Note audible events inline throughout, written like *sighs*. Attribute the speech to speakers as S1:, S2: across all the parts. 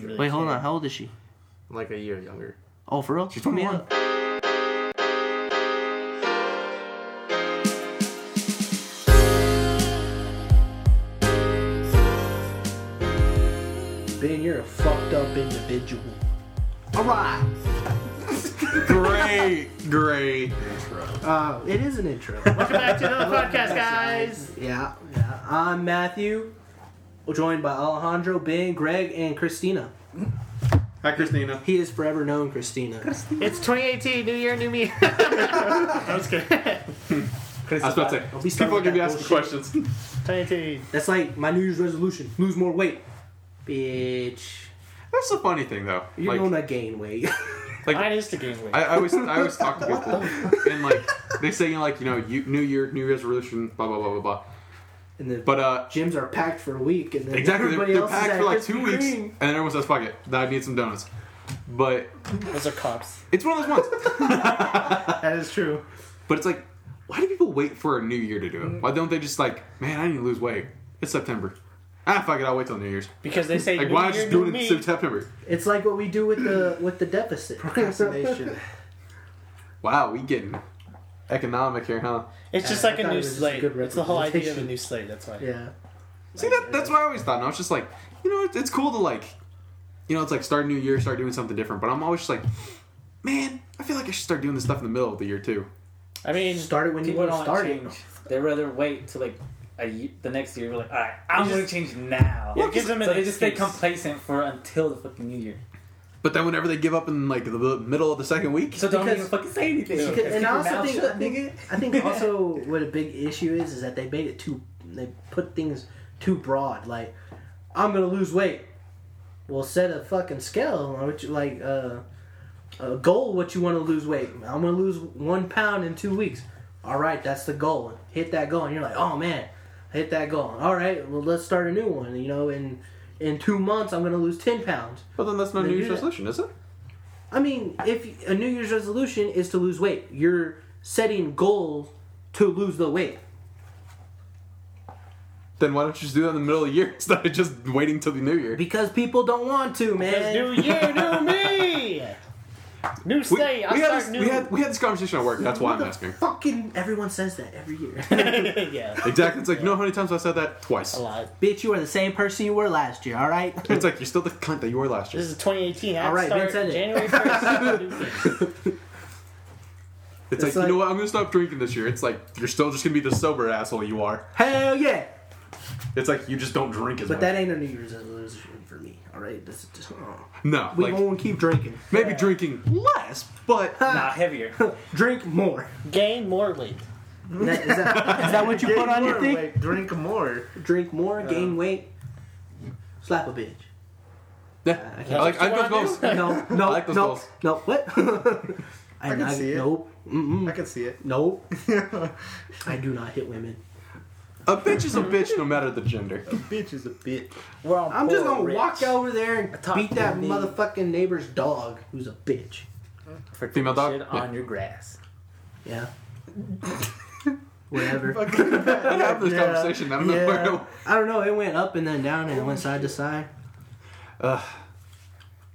S1: really
S2: Wait, hold
S1: care.
S2: on. How old is she?
S3: Like a year younger.
S2: Oh, for real?
S3: She's
S2: Put me
S3: 21.
S2: up. Ben, you're a fucked up individual. All *laughs* right.
S3: great, great.
S2: Uh, it is an intro.
S1: *laughs* Welcome back to another podcast, guys.
S2: yeah, yeah. I'm Matthew, joined by Alejandro, Ben, Greg, and Christina.
S3: Hi, Christina.
S2: He is forever known Christina.
S1: It's 2018, new year, new me. *laughs* I was kidding.
S3: I was about to
S2: Don't be
S3: say,
S2: starting
S3: people are gonna be
S2: with
S3: asking
S2: that
S3: questions.
S1: 2018.
S2: That's like my New Year's resolution: lose more weight. Bitch,
S3: *laughs* That's the funny thing, though.
S2: you're
S3: like,
S2: gonna gain weight. *laughs*
S1: Mine is to gain weight.
S3: I, I always, I always talk to people, and like, they say, you know, like, you know, you, New Year, New Year's resolution, blah blah blah blah blah.
S2: and then
S3: But uh,
S2: gyms are packed for a week, and then
S3: exactly, they're,
S2: everybody
S3: they're
S2: else is
S3: packed
S2: at
S3: for like
S2: Krispy
S3: two weeks,
S2: Kreme.
S3: and then everyone says, "Fuck it, I need some donuts." But
S1: Those are cops.
S3: it's one of those ones.
S1: That is true.
S3: But it's like, why do people wait for a new year to do it? Why don't they just like, man, I need to lose weight. It's September. Ah, fuck it, I'll wait till New Year's.
S1: Because they say
S3: Like,
S1: new
S3: why
S1: year,
S3: just
S1: new
S3: do it
S1: me.
S3: in September?
S2: It's like what we do with the with the *laughs* deficit.
S4: Procrastination.
S3: Wow, we getting economic here, huh?
S1: It's just
S2: I
S1: like a
S2: thought it
S1: new
S2: was just a
S1: slate.
S2: good
S1: It's the whole idea of a
S2: representation.
S1: new slate. That's why.
S2: yeah,
S3: See, that, that's what I always thought. And I was just like, you know, it's, it's cool to like, you know, it's like start a new year, start doing something different. But I'm always just like, man, I feel like I should start doing this stuff in the middle of the year too.
S1: I mean,
S2: start it when you
S5: People
S2: want to
S5: don't
S2: start it.
S5: change. They rather wait to like a ye the next year. We're like, all right, I'm gonna change now.
S1: Yeah, it gives them an
S5: so they just stay
S1: excuse.
S5: complacent for until the fucking new year.
S3: But then whenever they give up in like the middle of the second week,
S5: So don't
S2: Because-
S5: even fucking say anything.
S2: Because-
S5: Just keep
S2: and I
S5: your
S2: also
S5: mouth
S2: think,
S5: shut,
S2: I think, I *laughs* think also what a big issue is is that they made it too. They put things too broad. Like I'm gonna lose weight. Well, set a fucking scale. Which like uh, a goal. What you want to lose weight? I'm gonna lose one pound in two weeks. All right, that's the goal. Hit that goal, and you're like, oh man, I hit that goal. All right, well let's start a new one. You know, in in two months I'm gonna lose ten pounds.
S3: but then that's not
S2: They
S3: New
S2: do
S3: Year's
S2: that.
S3: resolution, is it?
S2: I mean, if a New Year's resolution is to lose weight, you're setting goals to lose the weight.
S3: Then why don't you just do that in the middle of the year *laughs* instead of just waiting till the new year?
S2: Because people don't want to,
S1: It's
S2: man.
S1: new year, new me.
S3: *laughs*
S1: New
S3: We,
S1: slate. I
S3: we
S1: start
S3: had this,
S1: new.
S3: we had we had this conversation at work. That's why I'm asking.
S2: Fucking everyone says that
S1: *laughs*
S2: every year.
S1: *laughs* yeah,
S3: Exactly. It's like, you know how many times I said that? Twice.
S1: a lot.
S2: Bitch, you are the same person you were last year, alright?
S3: It's like, you're still the cunt that you were last year.
S1: This is 2018. I
S2: All right,
S1: start
S2: Ben said it.
S1: January
S3: *laughs*
S1: 1st. new thing.
S3: It's, like,
S2: like-
S3: you know what? I'm going to stop drinking this year. It's like, you're still just going to be the sober asshole you are.
S2: *laughs* Hell yeah!
S3: It's like, you just don't drink as
S2: But
S3: much.
S2: that ain't a New Year's resolution for me, alright? This is just. oh.
S3: no.
S2: We
S3: like,
S2: won't keep drinking.
S3: maybe drinking less,
S2: *laughs*
S3: but
S5: *laughs* nah, heavier.
S2: Drink
S1: *laughs*
S2: more.
S1: Gain more weight.
S2: Is that, is that- is that what you put on your thing?
S4: Like, drink more.
S2: Drink more, gain weight, slap a bitch.
S3: yeah.
S2: I can't-
S3: I like, I
S1: What
S3: like those
S1: do I
S3: goals.
S2: No, no,
S3: *laughs* I like those
S2: no,
S3: goals.
S2: no. What? *laughs* I,
S4: can
S2: not,
S4: see it.
S2: Nope.
S4: I
S2: Mm-mm.
S4: can see it. *laughs*
S2: Nope.
S4: bitch
S2: I do not hit women.
S3: A bitch is a bitch no matter the gender.
S4: is a bitch.
S5: We're on
S2: I'm just
S5: board,
S2: gonna
S5: Rich.
S2: walk over there and
S5: talk
S2: beat
S5: to
S2: that
S5: me.
S2: motherfucking neighbor's dog, who's a bitch.
S5: for
S3: Female dog?
S5: shit
S3: Yeah. *laughs*
S5: on your grass.
S2: Yeah. *laughs* Whatever.
S4: *laughs*
S3: I didn't have this conversation. I don't know where
S2: Yeah.
S3: to-
S2: I don't know. It went up and then down and it went side to side.
S3: Ugh.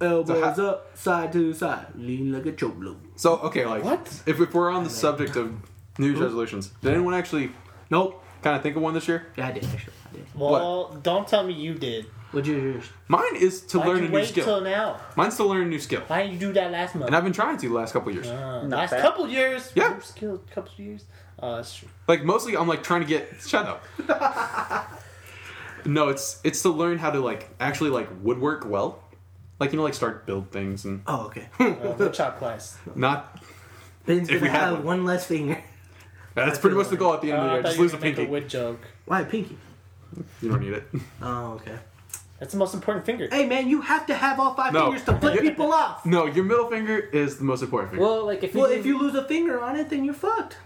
S2: Elbows up, side to side, lean like a cholo.
S3: So, okay, like,
S1: What?
S3: if, if we're on the subject of New Year's resolutions, did anyone actually
S2: Nope.
S3: kind of think of one this year?
S2: Yeah, I did actually. I did.
S1: Well, don't tell me you did.
S2: What'd you yours?
S3: Mine is to
S1: Why'd
S3: learn
S1: you
S3: a new
S1: wait
S3: skill.
S1: till now?
S3: Mine's to learn a new skill.
S1: Why didn't you do that last month?
S3: And I've been trying to the last couple years.
S1: Uh,
S5: Not
S1: last
S5: bad.
S1: couple years.
S3: Yeah.
S1: Oops, killed couple years. Uh, that's true.
S3: Like mostly I'm like trying to get shut up. no, it's it's to learn how to like actually like woodwork well. Like you know, like start build things and
S2: Oh, okay.
S1: Uh, woodshop class.
S3: not
S2: *laughs* Ben's
S3: If we
S2: gonna
S3: had
S2: have
S3: one.
S2: one. less finger.
S3: that's pretty much the goal at the end of the
S1: Uh, I
S3: year.
S1: thought
S3: Just
S1: you were
S3: lose a
S1: gonna make
S3: pinky.
S1: a wood joke.
S2: Why pinky?
S3: You don't need it. *laughs*
S2: Oh, okay.
S1: That's the most important finger.
S2: Hey, man, you have to have all five
S3: No.
S2: fingers to flip
S3: Yeah.
S2: people off.
S3: No, your middle finger is the most important finger.
S5: Well, like if you
S2: Well,
S5: do-
S2: if you lose a finger on it, then you're fucked.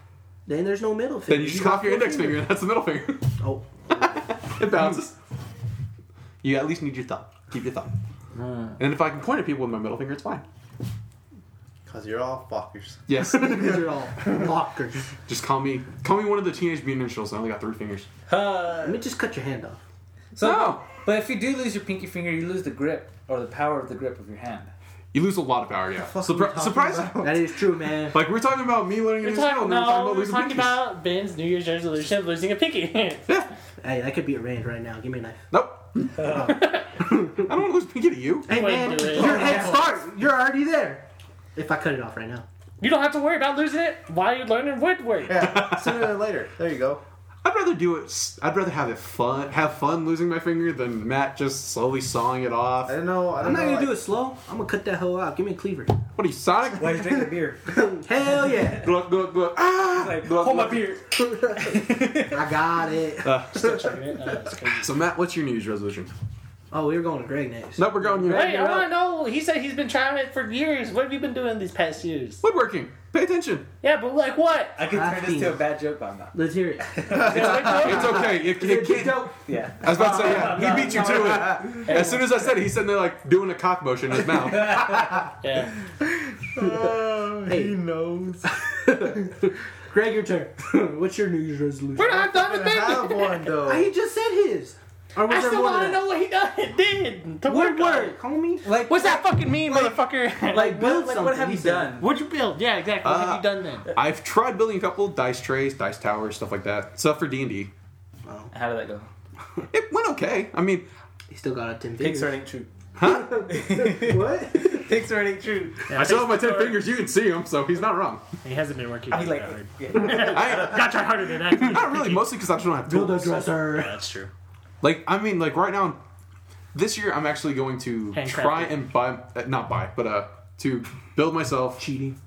S2: Then there's no middle finger.
S3: then you just
S2: got
S3: cut off your
S2: four
S3: index
S2: fingers.
S3: finger, and that's the middle finger.
S2: Oh,
S3: it bounces. You at least need your thumb. Keep your thumb. And if I can point at people with my middle finger, it's fine.
S4: Cause you're all fuckers.
S3: Yes.
S2: these are
S3: *laughs*
S2: all lockers.
S3: just call me call me one of the teenage mutant ninja turtles. I only got three fingers.
S5: uh,
S2: Let me just cut your hand off.
S5: so
S3: So
S5: But if you do lose your pinky finger, you lose the grip or the power of the grip of your hand.
S3: You lose a lot of power, yeah.
S4: fuck are we
S3: Surpri-
S4: talking
S3: surprise!
S4: about?
S2: That is true, man.
S3: Like we're talking about me learning a
S1: We're
S3: new skill,
S1: talking,
S3: and then we're
S1: no,
S3: talking
S1: we're
S3: about
S1: talking
S3: losing pinkies.
S1: about Ben's New Year's resolution of losing a pinky. *laughs*
S3: Yeah.
S2: Hey, that could be arranged right now. Give me a knife.
S3: Nope.
S5: *laughs*
S3: I don't want to lose pinky to you.
S2: Hey,
S1: Wait,
S2: man,
S1: do it.
S2: your head start. You're already there. If I cut it off right now.
S1: you don't have to worry about losing it while you're learning woodwork.
S4: Yeah, sooner than later. There you go.
S3: I'd rather do it. s- I'd rather have it fun, have fun losing my finger than Matt just slowly sawing it off.
S4: I don't know. I
S2: I'm
S4: don't
S2: not
S4: know,
S2: gonna do
S4: like-
S2: it slow. I'm gonna cut that hoe out. Give me a cleaver.
S3: What are you, Sonic?
S5: Why you drinking *laughs* beer?
S2: Hell yeah.
S3: Gluck, gluck, gluck. Ah!
S5: Like,
S3: Gluck,
S5: hold my
S3: gluck.
S5: *laughs* beer.
S2: I got it.
S3: Uh.
S5: Still chugging it? No,
S1: Uh,
S5: that's crazy.
S3: *laughs* So Matt, what's your New Year's resolution?
S2: Oh, we were going to Greg next.
S3: Nope, we're going here.
S1: Wait, I want to know. He said he's been trying it for years. What have you been doing these past years?
S3: Woodworking. Pay attention.
S1: Yeah, but like what?
S5: I can turn this to a bad joke, but I'm not.
S2: Let's hear it.
S3: *laughs* It's okay. It, it
S2: Is it
S3: can't.
S2: dope?
S5: Yeah.
S3: I was about to say, yeah, he beat you to it. As soon as I said it, he said they're like doing a cock motion in his mouth.
S1: Yeah.
S4: *laughs* Oh,
S2: Hey.
S4: He knows.
S2: Greg, your
S3: *laughs*
S2: turn. What's your New Year's resolution?
S1: We're not done
S4: I
S1: with that.
S4: have one though.
S2: He just said his. Or
S1: I
S2: was there
S1: still
S2: more
S1: want to
S2: than
S1: know what
S2: that?
S1: he *laughs* done, did. To
S2: Woodwork,
S1: work on.
S2: homie.
S5: Like,
S1: What's that fucking mean, motherfucker?
S2: Like, build
S5: What,
S2: something.
S5: what have
S2: he
S5: you
S2: said.
S5: done?
S1: what'd you build? Yeah, exactly. What have you done then?
S3: I've tried building a couple dice trays, dice towers, stuff like that. Stuff for D and D.
S5: How did that go?
S3: It went okay. I mean,
S2: He still got a 10
S5: Pixar
S2: fingers.
S5: ain't true.
S3: huh?
S2: what?
S5: *laughs* Pixar ain't true.
S3: I still have my ten fingers. You can see them, so he's not wrong.
S1: He hasn't been working.
S5: I mean, like, yeah.
S3: *laughs* I,
S1: Got try harder than *laughs* that.
S3: not really, mostly because I just don't have
S2: Build a
S3: tools.
S2: dresser.
S1: That's true.
S3: Like, I mean, like right now, this year I'm actually going to
S1: Handcrafted.
S3: try and buy, uh, not buy, but uh, to build myself.
S2: Cheating.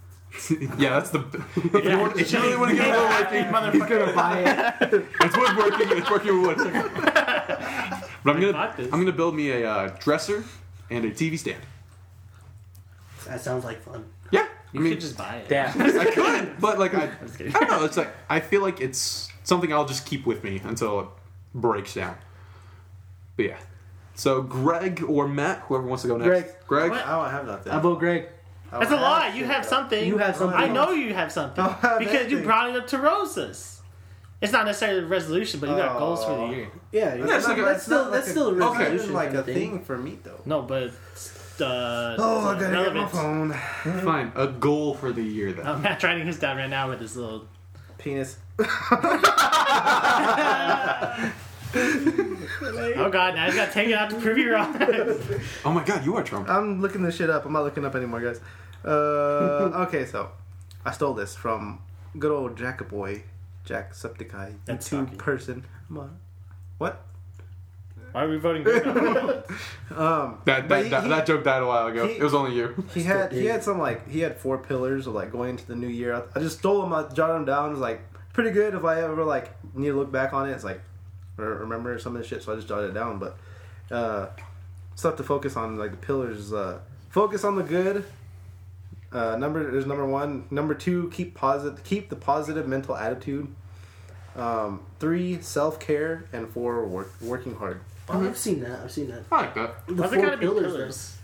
S3: *laughs* yeah, that's the. *laughs* If you, want, if you really want to *laughs* get woodworking,
S2: He's gonna buy it.
S3: it's woodworking. It's working with wood. But I'm gonna,
S1: bought
S3: I'm
S1: this.
S3: gonna build me a uh, dresser and a TV stand.
S2: That sounds like fun.
S3: Yeah,
S1: You
S3: I mean,
S1: could just buy it.
S5: Damn.
S1: *laughs*
S3: I could, but like I,
S1: just
S3: I
S1: kidding.
S3: don't know. It's like I feel like it's something I'll just keep with me until it breaks down. But yeah. So Greg or Matt, whoever wants to go next. Greg.
S1: What?
S4: I don't have nothing.
S2: I vote Greg.
S4: I don't
S1: That's a
S4: have
S1: lie.
S4: shit,
S1: You have
S4: though.
S1: something.
S2: You have something.
S1: I know you have something
S4: I don't have
S1: because you
S4: anything.
S1: brought it up to Rosas. It's not necessarily a resolution, but you got
S4: Oh.
S1: goals for the year.
S2: Yeah,
S3: That's
S4: That's,
S3: like
S4: not-
S3: a-
S4: that's
S2: still-
S4: not
S2: that's
S4: like
S2: still a
S4: a, not
S3: resolution
S4: even like a
S2: thing.
S4: thing for me though.
S1: No, but uh,
S4: Oh, I
S1: it's
S4: gotta get my
S1: relevant.
S4: phone.
S3: Fine. A goal for the year
S1: *laughs*
S3: then.
S1: I'm not writing this down right now with this little.
S4: *laughs* Penis.
S1: Oh God! Now he's got to take it out to prove you wrong. *laughs*
S3: Oh my god, you are Trump.
S4: I'm looking this shit up. I'm not looking up anymore, guys. Uh, okay, so I stole this from good old Jackaboy, Jacksepticeye,
S1: That's
S4: YouTube
S1: sucky.
S4: person. Come on. What? *laughs*
S1: Why are we voting? green on that one?
S4: Um,
S3: That
S4: but
S3: that,
S4: he-
S3: that,
S4: he-
S3: that joke died a while ago.
S4: he-
S3: it was only you.
S4: he had he had some like he had four pillars of like going into the new year. I, I just stole them. I jotted them down. It was like pretty good. If I ever like need to look back on it, it's like re- remember some of the shit. So I just jotted it down. But uh, stuff to focus on like the pillars. is, Uh, focus on the good. Uh, number there's number one. Number two, keep positive. Keep the positive mental attitude. Um, three, self care, and four, work, working hard.
S2: Oh, I've seen that. I've seen that.
S3: I like that.
S2: The
S1: Why's it
S2: four
S1: gotta be
S2: pillars,
S1: pillars?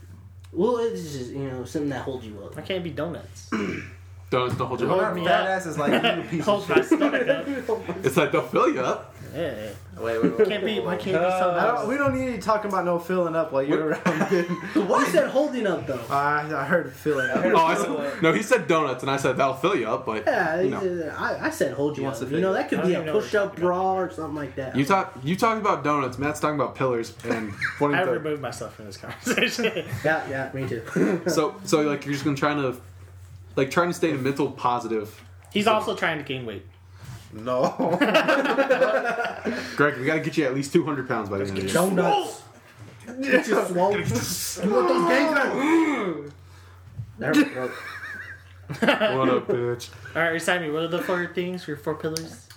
S2: though. Well, it's just you know something that holds you
S1: Why
S2: up.
S1: can't it be donuts?
S3: Don't don't hold your
S1: Hold
S4: That
S1: me
S4: badass is like
S1: *laughs*
S4: you piece of
S1: Hold my
S4: shit.
S1: stomach up. *laughs*
S3: It's like they'll fill you up.
S1: Yeah.
S4: Wait, wait,
S1: Can't be. Why can't it be
S5: Uh,
S1: something
S4: I don't,
S1: else?
S4: we don't need to talk about no filling up while you're around. dude.
S2: What? You said holding up though.
S4: I, I heard filling up.
S3: Oh, I said, no, he said donuts, and I said that'll fill you up, but
S2: Yeah,
S3: you know.
S2: I, I said hold you
S4: wants
S2: up.
S4: to
S2: You know
S4: figure-
S2: that
S1: I
S2: could
S1: don't
S2: be
S1: even
S2: a
S1: know what
S2: push
S1: you're
S2: up
S1: talking about.
S2: bra or something like that.
S3: You talk you talking about donuts. Matt's talking about pillars and
S1: I
S3: pointing to-
S1: removed myself from this conversation. *laughs*
S2: yeah, yeah, me too.
S3: So so like you're just gonna trying to like trying to stay in a mental positive.
S1: He's also trying to gain weight.
S4: No. *laughs*
S3: Greg, we gotta get you at least 200 pounds by the end of the year.
S2: Donuts. Get you swole. You want those gangs? There we go.
S3: *laughs* What a bitch.
S1: All right, recite me. What are the four things? Your four pillars?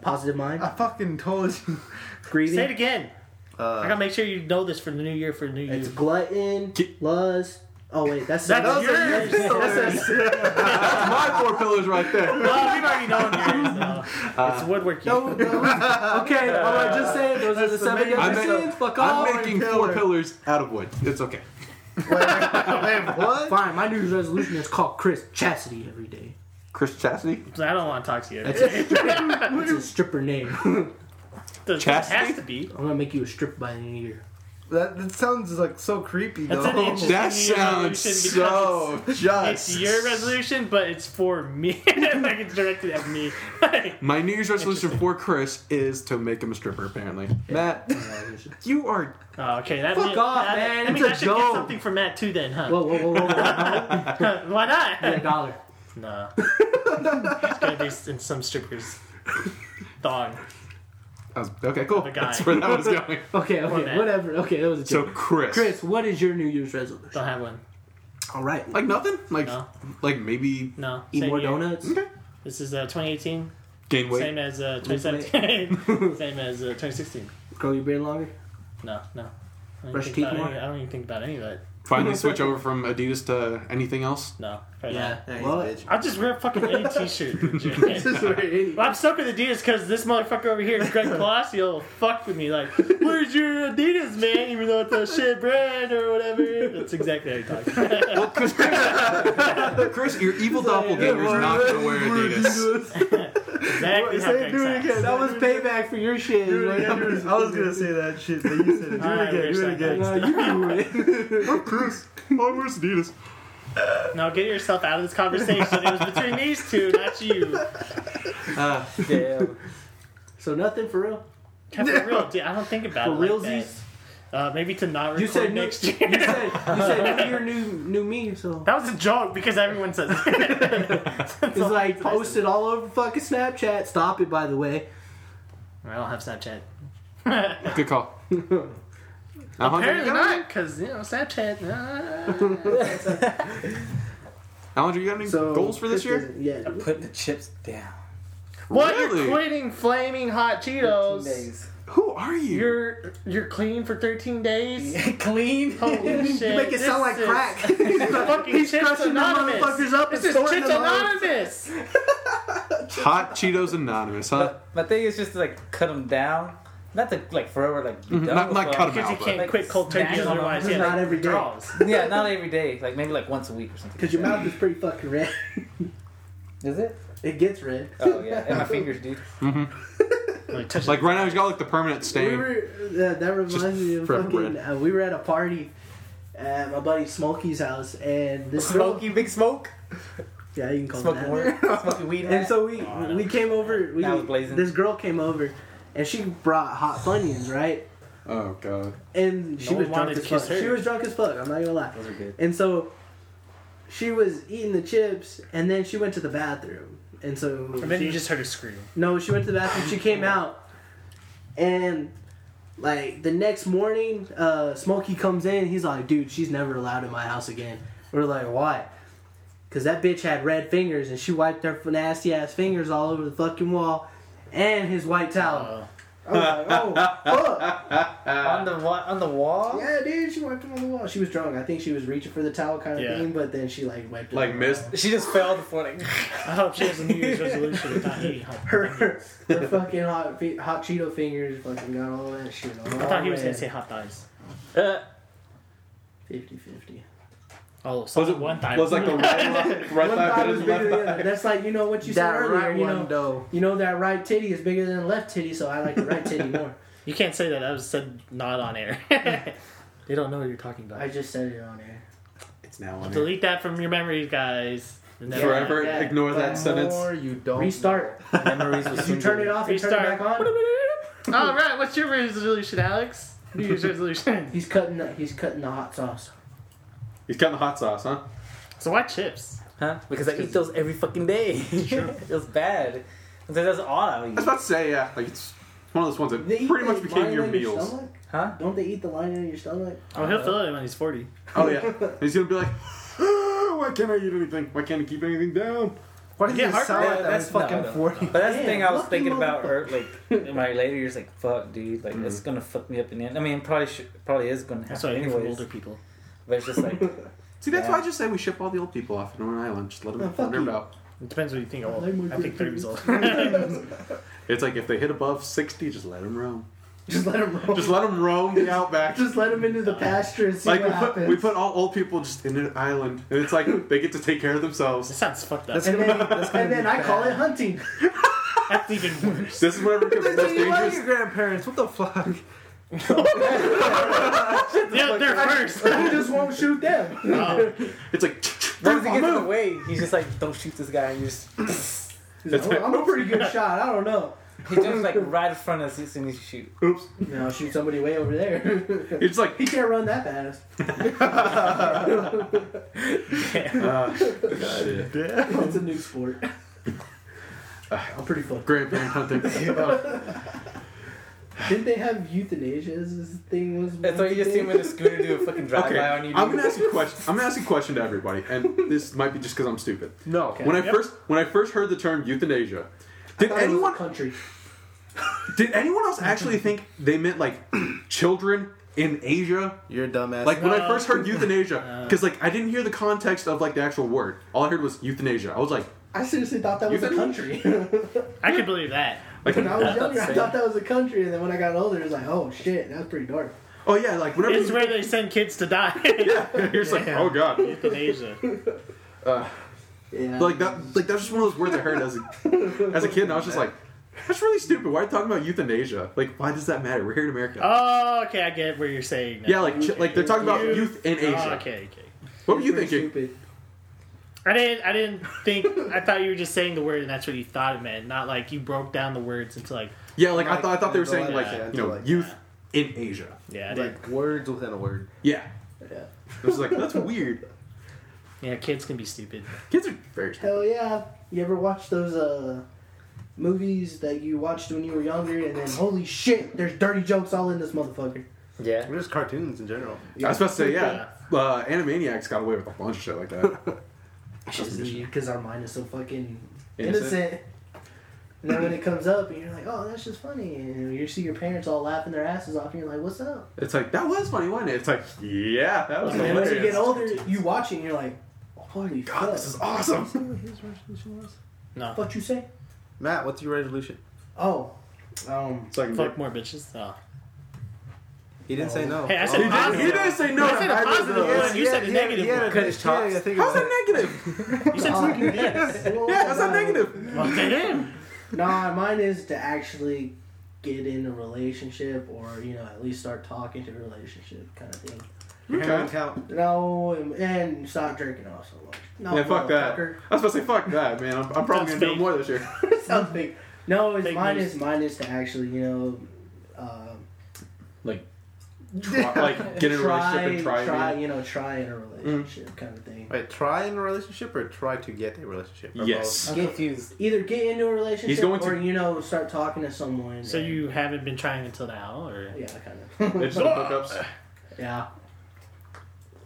S2: Positive mind.
S4: I fucking told you.
S1: Ah, Say it
S2: Grieving.
S1: again. I gotta make sure you know this for the new year. For the new year.
S2: It's glutton.
S3: Get-
S2: Lust. Oh wait, that's
S1: That's
S2: those are
S1: yours.
S2: That's yours.
S3: That's my four pillars right there.
S1: *laughs* well, we've already known yours. So. it's woodworking.
S2: No, no. Okay, all right. Just saying those are the seven
S4: amazing.
S3: I'm,
S2: different
S3: ma-
S2: sins. Fuck
S3: I'm
S2: off.
S3: making four
S4: pillar.
S3: pillars out of wood. It's okay.
S4: Wait, wait, what?
S2: Fine, my New Year's resolution is called Chris Chastity every day.
S3: Chris Chastity?
S1: I don't want to talk to you.
S2: That's a stripper, that's a stripper name.
S1: It
S3: Chastity?
S1: has to be.
S2: I'm gonna make you a stripper by the end of the year.
S4: That, that sounds like so creepy
S1: That's
S4: though. *laughs*
S1: an interesting
S3: That
S1: New Year's
S3: sounds
S1: resolution
S3: so just.
S1: It's your resolution, but it's for me. *laughs* like it's directed at me. *laughs* Like,
S3: My New Year's resolution for Chris is to make him a stripper. Apparently, Matt, you are.
S1: oh, okay, that
S2: Fuck
S1: mean-
S2: off,
S1: that-
S2: man.
S1: I mean,
S2: It's a
S1: that should get
S2: joke.
S1: something for Matt too, then, huh?
S2: Whoa, whoa, whoa, whoa, whoa.
S1: *laughs* Why not?
S2: a dollar.
S1: Nah. it's gonna be in some strippers. Thong.
S3: I was, okay, cool.
S1: The guy.
S3: That's where that
S1: *laughs*
S3: was going.
S2: Okay,
S1: on,
S2: okay,
S1: man.
S2: whatever. Okay, that was a
S3: So
S2: joke.
S3: Chris,
S2: Chris, what is your New Year's resolution?
S1: Don't have one.
S2: All right,
S3: like nothing, like
S1: No.
S3: like maybe
S1: No.
S2: eat
S1: Same
S2: more
S1: year.
S2: donuts.
S3: okay.
S1: This is uh, 2018.
S3: gain weight.
S1: Same as uh,
S2: *laughs*
S1: 2017. same as uh, 2016.
S2: Grow your beard longer.
S1: No, no. I don't
S2: Brush
S1: think
S2: teeth
S1: about
S2: more?
S1: Any, I don't even think about any of that.
S3: Finally switch over from Adidas to anything else.
S1: No. probably
S2: Yeah.
S1: not.
S4: Thanks,
S2: What?
S4: bitch.
S1: I'll just wear a fucking
S2: *laughs*
S1: any t-shirt.
S2: This is where it is.
S1: Well, I'm stuck with Adidas because this motherfucker over here, Greg Palacio, fucked with me. Like, where's your Adidas, man? Even though it's a shit brand or whatever. That's exactly how
S2: *laughs*
S1: he talks.
S3: Well, Chris, Chris, your evil doppelganger is not going to wear Adidas. *laughs*
S1: exactly how Greg
S4: Say it, do it
S1: sounds.
S4: again.
S2: That was payback for your shit.
S4: Do it again, do
S2: *laughs*
S4: it- I was gonna say that shit, but you said it. Do
S1: Alright,
S4: it again. Do
S1: we're
S4: it again.
S2: No, you can do it.
S3: Chris, I wear Adidas.
S1: Now get yourself out of this conversation. It was between these two, not you.
S3: Uh,
S5: Damn.
S2: so nothing for real.
S1: Yeah, For real, dude, I don't think about
S2: For
S1: it. Like
S2: realsies.
S1: that. Uh, maybe to not record
S2: You said new,
S1: next year.
S2: You said you said your new new me. So
S1: *laughs* that was a joke because everyone says *laughs*
S2: it's like posted all over fucking Snapchat. Stop it, by the way.
S1: I don't have Snapchat.
S3: good call. Now,
S1: *laughs*
S3: Hunter, you
S1: Apparently
S3: got
S1: not,
S3: anything?
S1: because you know Snapchat.
S2: *laughs*
S1: nah.
S3: Now, Hunter, you got any
S2: So
S3: goals for this
S2: Chris
S3: year?
S2: doesn't- Yeah.
S5: Put the chips down.
S1: what
S3: Really?
S1: you're quitting flaming hot Cheetos?
S5: Days.
S3: Who are you?
S1: You're you're clean for 13 days.
S2: *laughs*
S5: Clean.
S1: Holy shit!
S2: *laughs* You make it sound like
S1: this is
S2: crack.
S1: Fucking
S2: *laughs* He's
S1: Chips
S2: crushing the
S1: Anonymous.
S2: motherfuckers up and
S1: This is
S2: sorting
S1: Chips
S2: them out.
S1: Anonymous.
S3: Hot Cheetos Anonymous, huh? *laughs*
S5: But my thing is just to like cut them down. Not to like forever like be
S3: Mhm,
S5: done
S3: not-
S5: with
S3: not
S5: them.
S3: cut 'em
S1: Because you
S3: Alba.
S1: can't
S5: Like,
S1: quit cold turkey
S5: snacks on
S1: otherwise.
S2: them.
S1: Yeah,
S2: Not
S1: like,
S2: every day.
S1: withdrawals.
S5: Yeah, not every day. Like maybe like once a week or something.
S2: Cause your mouth is pretty fucking red. *laughs*
S5: Is it?
S2: It gets red.
S5: Oh yeah, and my fingers, dude.
S1: Like, touch
S3: Like right now, he's got like the permanent
S2: We
S3: stain.
S2: were, uh, that reminds
S3: Just
S2: me of
S3: forever
S2: fucking.
S3: red.
S2: Uh, we were at a party at my buddy Smokey's house, and this girl.
S5: Smoky, big smoke.
S2: Yeah, you can call
S5: Smoking
S2: him
S5: weed.
S2: that.
S5: Smoking
S2: *laughs*
S5: weed.
S2: And so we
S1: Oh, no.
S2: we came over. We
S5: That was blazing.
S2: this girl came over, and she brought hot funyuns, right?
S3: Oh god.
S2: And she
S1: No
S2: was
S1: one wanted
S2: drunk
S1: to
S2: as
S1: kiss
S2: fuck.
S1: her.
S2: She was drunk as fuck. I'm not gonna lie.
S5: Those are good.
S2: And so she was eating the chips, and then she went to the bathroom. And so
S1: And then
S2: she,
S1: you just heard a scream.
S2: no, she went to the bathroom. She came out, and like the next morning, uh, Smokey comes in. He's like, "Dude, she's never allowed in my house again." We're like, "Why?" Because that bitch had red fingers, and she wiped her nasty ass fingers all over the fucking wall, and his white towel.
S1: Oh.
S2: I was like, "Oh *laughs* fuck!"
S3: Uh,
S5: on the wa- on the wall.
S2: Yeah, dude, she wiped it on the wall. She was drunk. I think she was reaching for the towel kind of
S1: Yeah.
S2: thing, but then she like wiped it.
S3: Like
S2: on the
S3: missed.
S2: wall.
S5: She just fell on the floor. Like, *laughs*
S1: I hope she has a New Year's resolution with not eating hot
S2: Her,
S1: dogs.
S2: her, fucking hot, fe- hot Cheeto fingers fucking got all that shit on.
S1: I thought he was gonna say hot thighs.
S5: uh,
S2: 50 50.
S1: Oh, so
S3: Was it-
S1: one thigh?
S3: Was like
S1: *laughs*
S3: the right, line- right
S2: One
S3: thigh
S2: thigh
S3: bit
S2: was
S3: is
S2: bigger
S3: left
S2: than the other.
S3: thigh.
S2: That's like you know what you said earlier. you know,
S4: though.
S2: you know that right titty is bigger than the left titty, so I like the right titty more.
S1: you can't say that. That was said not on air. *laughs* they don't know what you're talking about.
S2: *laughs* I just said it on air.
S3: It's now on
S1: Delete that from your memories, guys. And never mind.
S3: Forever
S2: Yeah,
S3: ignore
S2: but
S3: that sentence.
S4: Or you
S2: *laughs*
S4: don't.
S2: Restart.
S3: *laughs*
S5: memories will
S2: If you
S5: soon
S2: turn
S5: be-
S2: it off and turn
S1: Restart.
S2: it back on,
S1: *laughs* All right, what's your resolution, Alex? New Year's resolution.
S2: he's cutting. The, he's cutting the hot sauce.
S3: He's cutting the hot sauce, huh?
S1: *laughs* So why chips?
S5: Huh? Because I eat those every fucking day. *laughs* it was bad. Because that's all I
S3: I was
S5: eat.
S3: about to say, yeah. Like it's one of those ones that
S2: They eat
S3: pretty
S2: the
S3: much became
S2: lining
S3: your
S2: of
S3: meals.
S2: stomach?
S5: Huh?
S2: Don't they eat the lining of your
S3: *laughs*
S2: stomach? *laughs*
S1: Oh, he'll fill it when he's forty.
S3: oh yeah. *laughs* And he's gonna be like, *gasps* why can't I eat anything? Why can't I keep anything down?
S4: Why does
S1: Yeah,
S4: it
S1: hard-
S4: sound
S5: Yeah,
S4: like that?
S5: that's-
S4: That's
S5: no,
S4: fucking
S5: no,
S4: *laughs* forty.
S5: But that's the
S2: Yeah,
S5: thing I was
S2: lucky
S5: thinking about her, like in my later years, like fuck, dude, like it's gonna fuck me up in the end. I mean, probably sh- probably is gonna
S1: That's what
S5: happen
S1: I hear from
S5: anyways.
S1: older people.
S5: But it's just like,
S3: See, that's
S5: Yeah.
S3: why I just say we ship all the old people off to Northern Island. Just let them
S2: Oh, fuck
S3: wander
S2: you.
S3: about.
S1: It depends what you think. of
S2: I like
S1: old.
S2: my
S1: I think
S2: grandparents.
S1: thirty's old.
S3: It's like if they hit above sixty, just let them roam.
S2: Just let him roll.
S3: *laughs* Just let them roam the outback.
S2: Just let him into
S3: *laughs*
S2: the pasture and see
S3: like we
S2: what
S3: put,
S2: happens.
S3: we put all old people just in an island, and it's like they get to take care of
S1: That *laughs*
S3: themselves.
S1: sounds fucked up.
S2: *laughs*
S4: That's-
S2: and
S3: *laughs*
S2: then,
S4: That's gonna
S2: and then
S4: be
S2: I call
S4: bad.
S2: it hunting. *laughs*
S1: That's even worse.
S3: This is whatever becomes most
S4: You like
S3: dangerous.
S4: your grandparents. What the fuck?
S1: Yeah, they're first.
S2: I just won't shoot them.
S1: Oh,
S3: It's like *laughs*
S5: Once he gets in the way, he's just like, "Don't shoot this guy," and you just
S2: He's like, "Oh, I'm a pretty good shot. I don't know.
S5: he jumps like right in front of us as soon as you shoot.
S3: oops.
S2: No, I'll shoot somebody way over there. *laughs*
S3: It's like
S2: he can't run that fast.
S3: uh, God, yeah. *laughs*
S2: It's a new
S5: *laughs*
S2: sport. I'm pretty fun.
S3: grandparent hunting.
S2: Didn't they have euthanasia as this thing was?
S5: That's why you just see him with a scooter do a fucking drive
S3: Okay,
S5: by on you.
S3: I'm gonna ask you a question. I'm gonna ask you a question to everybody, and this might be just because I'm stupid.
S4: No.
S2: Okay.
S3: When I
S1: Yep.
S3: first when I first heard the term euthanasia, did
S2: Thought it was a
S3: anyone
S2: country.
S3: did anyone else actually think they meant like *clears throat* children in Asia?
S4: You're a dumbass.
S3: Like when I
S1: No.
S3: first heard euthanasia, because like I didn't hear the context of like the actual word. All I heard was euthanasia. I was like,
S2: I seriously thought that was a country. *laughs*
S3: Euthanasia?
S1: I could believe that.
S3: like
S2: when I was
S5: That's
S2: younger, I
S5: insane.
S2: thought that was a country, and then when I got older, it was like, oh shit, that was pretty dark.
S3: oh yeah, like whenever
S1: It's
S3: you-
S1: where they send kids to die.
S3: you're just like
S4: Yeah.
S3: oh
S1: *laughs*
S3: god,
S1: Euthanasia.
S2: Yeah.
S3: But, like that like that's just one of those words I heard as a, as a kid, and I was just like. That's really stupid. Why are you talking about euthanasia? Like, why does that matter? We're here in America.
S1: Oh, okay, I get what you're saying. Now.
S3: Yeah, like ch- like they're talking about
S1: Youth.
S3: youth in
S1: Oh,
S3: Asia.
S1: okay, okay.
S3: What were you
S2: Pretty
S3: thinking?
S2: Stupid.
S1: I didn't. I didn't think. I thought you were just saying the word, and that's what you thought it meant. Not like you broke down the words into like.
S3: Yeah, like I
S4: Like,
S3: thought I thought they were
S4: yeah,
S3: saying like
S4: yeah,
S3: you know
S4: like-
S3: youth in Asia.
S1: Yeah, I didn't.
S4: like words within a word.
S3: Yeah,
S2: Yeah.
S3: I was like that's weird.
S1: Yeah, kids can be stupid.
S3: Kids are very stupid.
S2: Hell yeah! You ever watch those uh movies that you watched when you were younger, and then holy shit, there's dirty jokes all in this motherfucker.
S5: Yeah.
S4: We're just cartoons in general.
S3: I was about to say yeah. Uh, Animaniacs got away with a bunch of shit like that.
S2: Because our mind is so fucking innocent.
S3: Innocent.
S2: And then when it comes up, and you're like, oh, that's just funny, and you see your parents all laughing their asses off, and you're like, what's up?
S3: It's like that was funny, wasn't it? It's like yeah, that was
S2: And then when you get
S3: hilarious.
S2: older, you watch it, and you're like, holy
S3: God,
S2: fuck.
S3: this is awesome.
S2: His resolution was.
S1: No.
S2: What you say?
S4: Matt, what's your resolution?
S3: *laughs*
S2: Oh, um,
S3: It's like
S1: Fuck more bitches. Oh.
S4: He didn't say no.
S1: Hey, I said
S3: He didn't,
S1: positive.
S3: he didn't say no.
S1: I said a
S3: to either of
S1: positive
S3: those.
S1: one. You said a negative one.
S5: Cut his chops.
S3: How's that negative?
S1: You said
S2: Oh,
S1: something. yes.
S3: Yeah, how's that negative?
S1: Well, they didn't.
S2: Nah, mine is to actually get in a relationship or, you know, at least start talking to a relationship kind of thing.
S4: Count, count.
S2: No, and, and stop drinking off so much. No,
S3: Yeah, fuck that.
S2: motherfucker.
S3: I was about to say fuck that, man. I'm, I'm probably
S1: That's
S3: gonna do it
S1: fake.
S3: more this year.
S2: *laughs* Sounds big. No, it's
S1: Fake
S2: mine
S1: news.
S2: is mine is to actually, you know, uh,
S3: Try- like get in a
S2: try,
S3: relationship and try,
S2: try,
S3: again. Mm.
S2: you know, try in a relationship kind of thing.
S4: Wait, try in a relationship or try to get a relationship? Or
S3: Yes.
S5: I'm confused.
S2: Either get into a relationship
S3: going to-
S2: or you know start talking to someone.
S1: So
S2: and-
S1: you haven't been trying until now, or
S2: yeah, kind of. *laughs*
S3: They just don't hook ups.
S2: yeah,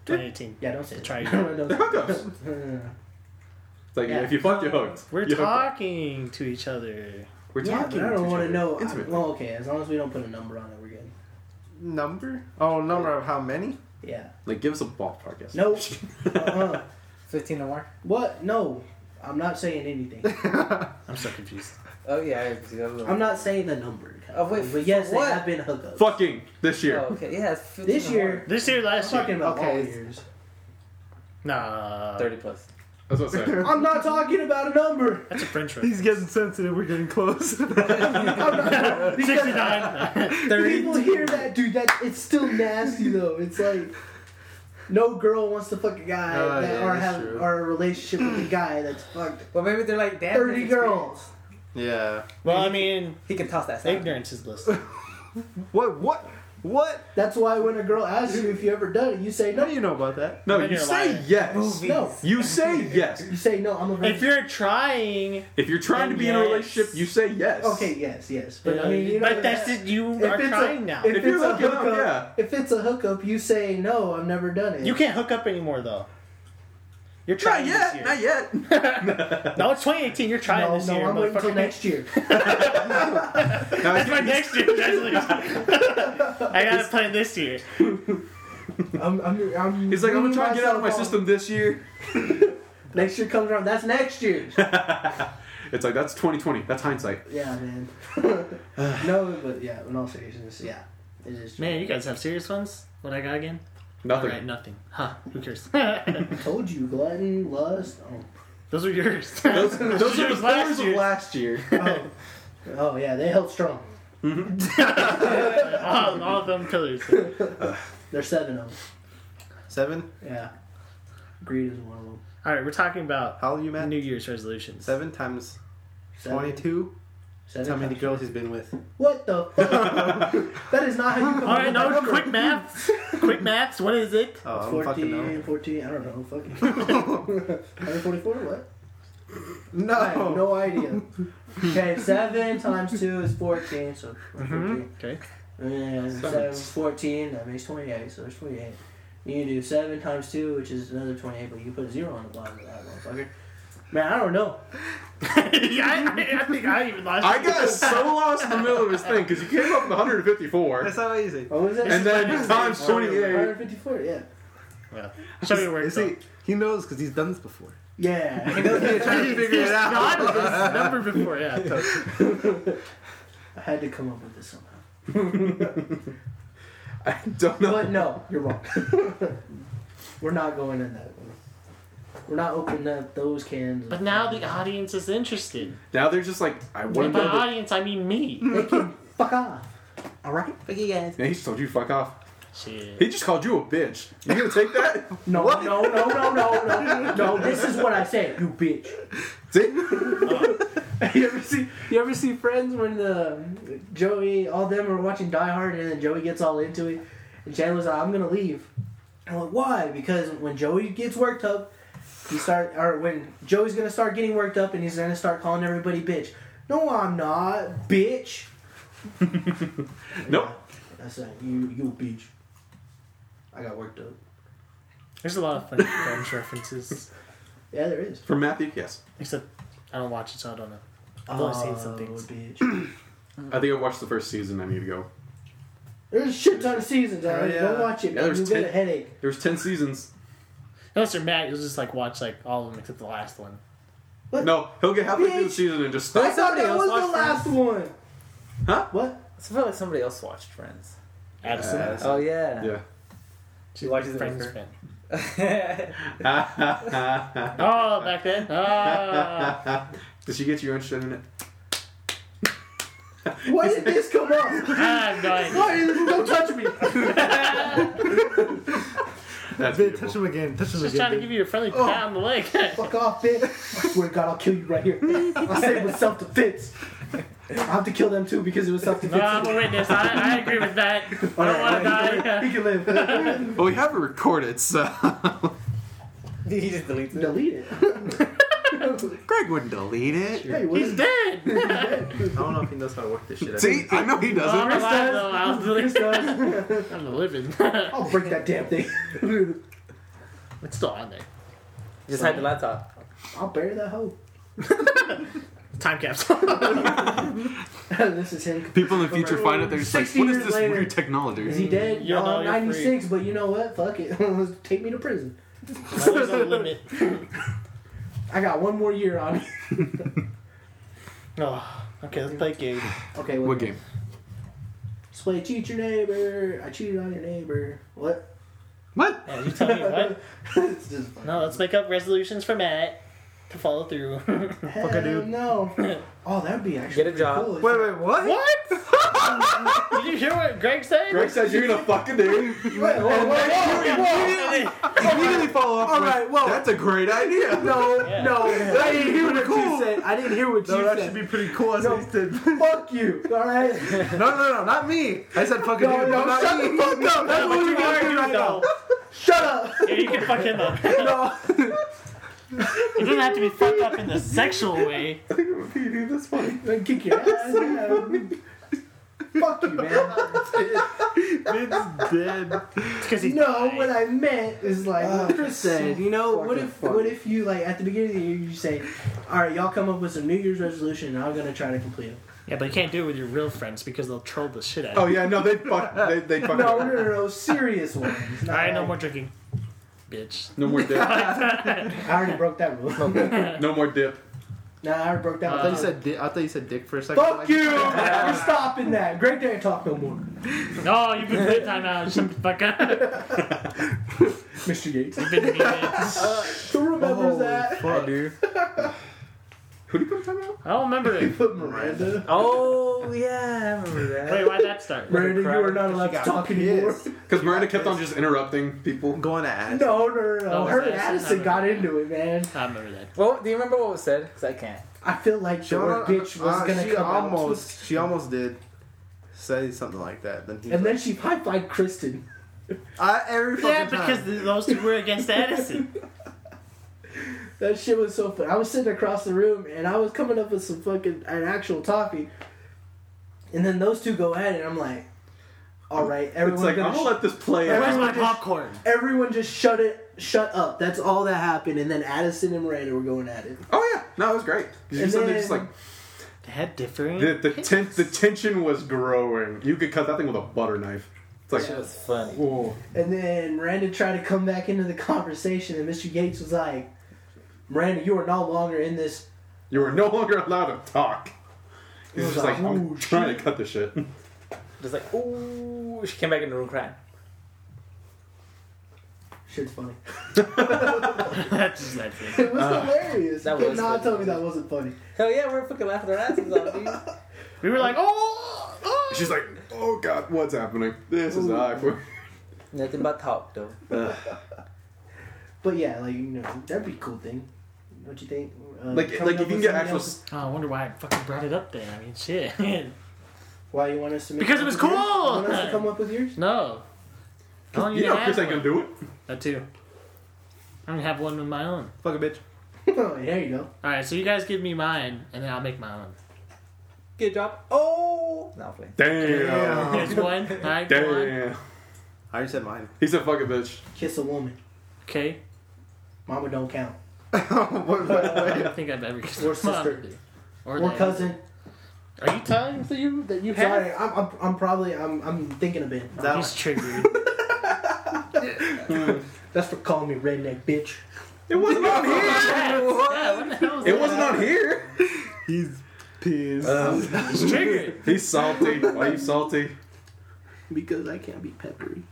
S1: 2018?
S2: yeah. Don't say that.
S1: Try again.
S2: *laughs* Don't
S3: They're
S2: say that.
S3: hookups.
S2: *laughs*
S3: It's like
S2: Yeah.
S3: if you fuck, you're hooked.
S1: We're
S3: you
S1: talking to each other.
S3: We're
S2: yeah,
S3: talking.
S2: but I don't
S3: want to
S2: know.
S3: Intimate.
S2: well, okay, as long as we don't put a number on it, we're good.
S4: Number? Oh, number of how many?
S2: Yeah.
S3: Like give us a ballpark guess.
S2: Nope. Uh-uh.
S5: Fifteen or more.
S2: What? No. I'm not saying anything.
S1: I'm so confused.
S5: Oh yeah. I- I was-
S2: I'm not saying the number.
S5: Oh, wait,
S2: but yes,
S5: what?
S2: they have been hookups.
S3: *laughs* Fucking this year.
S5: Oh, okay. Yeah. It's 15
S2: This
S5: or
S2: year,
S1: This year,
S2: I'm
S1: last
S2: talking
S1: year.
S2: about
S4: Okay,
S2: all
S4: it's-
S2: years.
S1: Nah.
S5: more. thirty plus.
S3: That's what I said.
S2: I'm not talking about a number.
S1: That's a French
S2: *laughs*
S1: one.
S4: He's getting sensitive. We're getting close. *laughs*
S1: *laughs*
S2: I'm not, because
S1: 69.
S5: *laughs*
S2: people hear that, dude. That it's still nasty though. It's like no girl wants to fuck a guy
S4: Oh,
S2: that,
S4: yeah,
S2: or
S4: that's
S2: have
S4: true.
S2: or a relationship with a guy that's fucked
S5: Well, maybe they're like damn.
S2: thirty
S5: he's
S2: girls.
S4: yeah.
S1: well, I mean,
S5: experienced. He can toss that. Side.
S1: ignorance is
S2: *laughs*
S1: bliss. Well,
S4: What? What? What?
S2: That's why when a girl asks you if you ever done it, you say
S4: How
S2: no.
S4: do you know about that?
S3: No,
S1: Then
S3: you
S1: you're
S3: say
S1: lying.
S3: yes.
S5: Movies.
S2: No.
S3: You say yes.
S2: You say no. I'm a virgin.
S1: If you're trying,
S3: If you're trying to
S1: Then
S3: be in a
S1: yes.
S3: relationship, you say yes.
S2: Okay, yes, yes, but I mean, you know,
S1: but that's just you are trying
S2: a,
S1: now.
S2: If,
S3: If
S2: it's
S3: you're
S2: a
S3: hooking up,
S2: hookup,
S3: yeah.
S2: if it's a hookup, you say no, I've never done it.
S1: you can't hook up anymore though. You're
S3: Not
S1: trying this
S3: yet.
S1: year.
S3: Not yet.
S1: No, it's 2018. You're trying
S2: No,
S1: this
S2: no,
S1: year,
S2: I'm waiting until
S1: motherfucker.
S2: next year.
S3: No,
S1: That's my next
S2: *laughs*
S1: year resolution. *laughs* I gotta play this year.
S2: I'm, I'm, I'm
S3: He's like, I'm gonna
S2: weaning
S3: try and get out of my
S2: myself off.
S3: system this year.
S2: Next year comes around. That's next
S3: *laughs*
S2: year.
S3: It's like that's 2020. That's hindsight.
S2: yeah,
S3: *sighs*
S2: man. no, but yeah, in all seriousness, yeah, it is. true.
S1: Man, you guys have serious ones. What I got again? All
S3: Nothing.
S1: right, nothing. Huh? Who *laughs* cares?
S2: I told you, glutton, lust.
S3: *laughs*
S2: Oh,
S1: Those are yours. *laughs*
S3: Those, those are the
S1: yours
S3: players of
S1: year's.
S3: last year.
S2: oh, oh yeah, they held strong.
S1: all, all of them pillars.
S2: There's seven of them.
S4: Seven?
S2: Yeah. Greed is one of them.
S1: All right, we're talking about
S4: How old are you, Matt?
S1: New Year's resolutions.
S4: Seven times
S2: Seven-
S4: 22?
S2: seven
S4: That's how many
S2: times-
S4: girls he's been with.
S2: What
S3: *laughs*
S2: the fuck? that is not how you come
S1: All
S2: up
S1: right,
S2: with that
S1: no,
S2: number.
S1: quick maths. quick maths. What is it?
S4: Oh, I don't fucking
S2: 14,
S4: know.
S2: 14, I don't know. Fucking
S3: *laughs*
S2: 144, what? I have
S3: Oh.
S4: No.
S2: no idea. Okay, 7 times 2 is 14, so
S3: Mm-hmm.
S2: 14.
S1: Okay.
S2: And 7, 14, that makes 28, so there's 28. You can do 7 times 2, which is another 28, but you can put a 0 on the bottom of that motherfucker. Man, I don't know.
S1: *laughs* yeah, I, I think I even lost.
S3: I
S1: it.
S3: got so lost in the middle of his thing because you came up with 154,
S4: That's how easy.
S2: What was it? *laughs*
S3: and then times 28.
S2: 154, yeah.
S1: Show me your work.
S4: You see, he knows because he's done this *laughs* before.
S2: Yeah. *laughs*
S4: trying to figure it out.
S1: Not
S4: *laughs*
S1: this number before. Yeah. totally.
S2: I had to come up with this somehow.
S3: I don't know.
S2: But no, you're
S3: *laughs*
S2: wrong. We're not going in that one. We're not opening up those cans.
S1: But now the audience is interested.
S3: Now they're just like, I
S1: And
S3: want
S1: by
S3: to know.
S1: audience, I mean me.
S4: *laughs*
S2: They can fuck off.
S4: All right.
S3: Yeah, he just told you fuck off.
S1: Shit.
S3: He just called you a bitch. You gonna take that?
S2: *laughs* No, no, no, no, no, no, no. This is what I say, you bitch.
S3: See?
S2: *laughs* You ever see? You ever see Friends when the Joey, all them are watching Die Hard, and then Joey gets all into it, and Chandler's like, "I'm gonna leave." I'm like, "Why?" Because when Joey gets worked up, he start or when Joey's gonna start getting worked up, and he's gonna start calling everybody bitch. No, I'm not, bitch.
S3: *laughs* Nope.
S2: I said, "You, you bitch." I got worked up.
S1: There's a lot of funny French references.
S2: Yeah, there is.
S3: From Matthew? Yes.
S1: Except I don't watch it, so I don't know. I've only seen some
S2: Oh,
S1: things.
S2: Bitch.
S3: I think I watched the first season. I need to go.
S2: *clears throat* There's a shit ton of seasons.
S1: Oh,
S4: Hell
S2: Alex.
S4: yeah.
S2: Don't watch it.
S3: Yeah,
S2: man.
S3: there's
S2: You'll get a
S3: ten-
S2: headache.
S3: There was 10 seasons.
S1: Unless you're Matt, you'll just like watch like all of them except the last one.
S3: No, he'll get halfway through the
S2: Bitch.
S3: season and just
S2: I
S3: stop.
S2: thought
S5: somebody
S2: that
S5: else
S2: was the
S5: watched
S2: last one.
S3: Huh?
S2: What?
S5: I feel like somebody else watched Friends.
S1: Addison.
S4: Yeah.
S5: Oh yeah.
S3: Yeah.
S5: She watches it with
S1: Friends
S5: her.
S1: fan.
S5: *laughs*
S3: Did
S1: Oh, back then.
S4: *laughs*
S1: Ah.
S3: she get you interested in it?
S2: Why did this come up?
S5: *laughs*
S1: Ah, no idea.
S2: Why did this? Don't touch me.
S3: That's
S4: Vin, touch
S3: beautiful.
S4: him again. Touch him
S1: Just
S4: again.
S1: trying to
S4: Vin.
S1: give you a friendly pat on the leg.
S2: Oh.
S1: *laughs*
S2: Fuck off, bitch. I swear to God, I'll kill you right here. I said it was self defense. I have to kill them too because it was self
S1: No,
S2: defense.
S1: Oh, I'm
S2: *laughs*
S1: a witness. I, I agree with that. I don't want to *laughs* die.
S2: He can live.
S3: Well, we have it recorded, so.
S5: *laughs*
S3: *laughs*
S5: he just deletes it.
S2: Delete
S5: *laughs*
S2: it.
S3: Greg wouldn't delete it.
S2: Yeah, you
S1: He's
S2: would. *laughs*
S1: dead.
S4: I don't know if he knows how to work this shit. I
S3: See?
S4: mean,
S3: I know he
S1: Oh, I'm alive
S3: doesn't.
S1: though. I was living. *laughs* I'm living. *laughs*
S2: I'll break that damn thing. *laughs*
S1: it's still on there.
S5: Just hide the laptop.
S2: I'll bury that hoe. *laughs*
S1: Time capsule.
S2: this is him.
S3: People in the future find out they're just like,
S2: 60
S3: what is
S2: years
S3: this
S2: later.
S3: weird
S2: Is
S3: technology?
S2: he dead?
S1: You're
S2: No,
S1: not,
S2: I'm
S1: you're
S2: 96, but you know what? Fuck it. *laughs* Take me to prison.
S1: There's *laughs* no limit.
S2: I got one more year on me. *laughs*
S1: Oh, okay, let's play a game.
S2: Okay,
S3: What game?
S2: Sway, cheat your neighbor. I cheated on your neighbor. What?
S3: What?
S1: Yeah, you tell me what.
S2: *laughs* it's just funny.
S1: No, let's make up resolutions for Matt to follow through. *laughs*
S2: Hell
S4: dude.
S2: no. Oh, that'd be actually
S5: Get a
S2: pretty
S5: job.
S2: cool.
S4: Wait, wait, what?
S1: what? Did you hear what Greg said?
S3: Greg says you're gonna fucking do.
S2: Wait, whoa, whoa, whoa,
S3: Immediately follow up.
S2: All
S3: with,
S2: right, well-
S3: *laughs* that's a great idea.
S4: *laughs*
S2: No,
S1: Yeah.
S2: no. I didn't hear what
S4: Cool.
S2: you said. I didn't hear what
S4: No,
S2: you
S4: that should
S2: said.
S4: be pretty cool. That's what he said.
S2: *laughs* Fuck you. All right.
S4: No, no, no, not me. I said fucking
S2: No,
S4: you.
S2: no,
S4: not
S2: shut
S4: me.
S2: the fuck up. That's
S1: But
S2: what
S1: you
S2: we're
S1: are
S2: doing
S1: you,
S2: right now.
S1: though.
S2: Shut up.
S1: Yeah, you can fuck him up. It
S2: *laughs*
S1: *laughs*
S2: No.
S1: doesn't have to be fucked up in the sexual way.
S3: That's funny.
S2: Then kick your ass. Fuck you, man.
S4: Vin's dead.
S1: Because he's
S2: No, what I meant is like what Chris said. You know, what
S4: fucking
S2: if
S4: funny.
S2: what if you like at the beginning of the year you say, "All right, y'all come up with some New Year's resolution, and I'm gonna try to complete them."
S1: Yeah, but you can't do it with your real friends because they'll troll the shit out of
S3: Oh
S1: you.
S3: yeah, no, they fuck. They, they fuck.
S2: No, no, no, *laughs* no, serious ones. not
S1: Alright, no
S2: like-
S1: more drinking. Bitch.
S3: No more dip.
S2: I already broke that rule. nah,
S3: No more dip.
S2: I already broke that.
S1: Uh,
S4: I
S2: rule.
S4: thought you said dick. I thought you said dick for a second.
S2: "Fuck
S4: Like- *laughs*
S2: you!" We're stopping that. Great day talk no more,
S1: *laughs* No, you've been good time out. Shut the fuck
S3: *laughs*
S1: up.
S2: Mr. Yates.
S1: You've been mean.
S2: Who remembers *laughs*
S4: Holy
S2: that?
S4: Fuck, dude.
S3: Who do you put time out?
S1: I don't remember it.
S4: Put Miranda.
S5: Oh yeah, I remember that.
S1: Wait, why'd that start?
S2: Miranda, you are not allowed
S4: She
S2: to
S4: got
S2: talk anymore.
S4: pissed.
S3: Because Miranda kept on just interrupting people.
S4: Going to ask.
S2: No, no, no, no.
S1: Oh,
S2: Her and
S1: that's-
S2: Addison got into it, man.
S1: I remember that.
S5: Well, do you remember what was said? Because I can't.
S2: I feel like the word bitch was
S4: uh,
S2: gonna
S4: she
S2: come
S4: almost, She almost did say something like that. Then he
S2: out. And then she pipelined Kristen.
S4: I, every fucking
S1: Yeah, because
S4: time.
S1: th- those two were against
S3: *laughs*
S1: Addison.
S2: That shit was so funny. I was sitting across the room and I was coming up with some fucking an actual topic. And then those two go at it, and I'm like, all right,
S3: It's
S2: everyone,
S3: like,
S2: gonna
S3: I'm going
S2: sh-
S3: to
S4: oh,
S3: let this play
S1: Where's
S3: out.
S1: my popcorn?
S2: everyone just shut it, shut up. That's all that happened. And then Addison and Miranda were going at it.
S3: Oh, yeah. No, it was great. 'Cause You
S2: And
S3: said they're just
S2: then-
S3: like,
S1: They had different.
S3: the, the, ten-
S1: *laughs*
S3: the tension was growing. You could cut that thing with a butter knife. It's like,
S5: That shit was funny.
S3: whoa.
S2: And then Miranda tried to come back into the conversation, and Mr. Gates was like, Miranda, you are no longer in this.
S3: You are no longer allowed to talk.
S2: It
S3: He's
S2: was
S3: just like,
S2: like,
S3: I'm
S2: "Ooh,
S3: trying to cut
S2: *laughs*
S3: the shit.
S5: Just like, ooh, she came back in the room crying.
S2: Shit's funny. *laughs*
S1: That's just that thing.
S2: It was hilarious.
S5: that
S2: you could
S5: was
S2: not
S5: funny.
S2: tell me that wasn't funny.
S5: Hell yeah, we were fucking laughing our asses off, dude.
S1: We were like, oh, oh.
S3: She's like, oh god, what's happening? This is awkward.
S5: *laughs* Nothing but talk though.
S2: But yeah, like, you know, that'd be a cool thing. Don't you think? Uh,
S3: Like,
S2: coming
S3: like
S2: up
S3: you can
S2: with
S3: get
S2: something
S3: actual.
S2: else?
S1: Oh, I wonder why I fucking brought it up then. I mean, shit. *laughs*
S2: Why you want us to make
S1: Because
S2: up
S1: it was
S2: with yours?
S1: cool!
S2: You want us to come up with yours? *laughs*
S1: no. I don't
S3: You
S1: even
S3: know,
S1: have
S3: Chris ain't gonna
S1: one.
S3: do it.
S1: That too. I'm gonna have one of my own.
S4: Fuck a bitch.
S2: oh, there you go.
S1: All right, so you guys give me mine, and then I'll make my own.
S5: Good job. Oh, no, I'm playing.
S3: Damn.
S1: Here's *laughs* one. All right, one.
S3: Damn.
S4: I already
S2: *laughs*
S4: said mine.
S3: He's a fucking bitch.
S2: Kiss a woman.
S1: Okay.
S2: Mama don't count.
S4: What- what-
S1: I don't think I've ever kissed
S2: Or
S1: my mom.
S2: sister.
S1: or,
S2: Or
S1: dad.
S2: cousin.
S1: Are you telling that you that you have?
S2: Sorry, I'm, I'm, I'm probably, I'm, I'm thinking a bit.
S4: that
S1: He's
S4: one.
S1: triggered.
S2: *laughs* That's for calling me redneck bitch.
S3: It wasn't on here.
S1: yeah, what the hell is
S3: It
S1: that?
S3: wasn't on here.
S4: He's pissed.
S2: Uh,
S1: He's triggered.
S3: He's salty. Why you salty?
S2: Because I can't be peppery.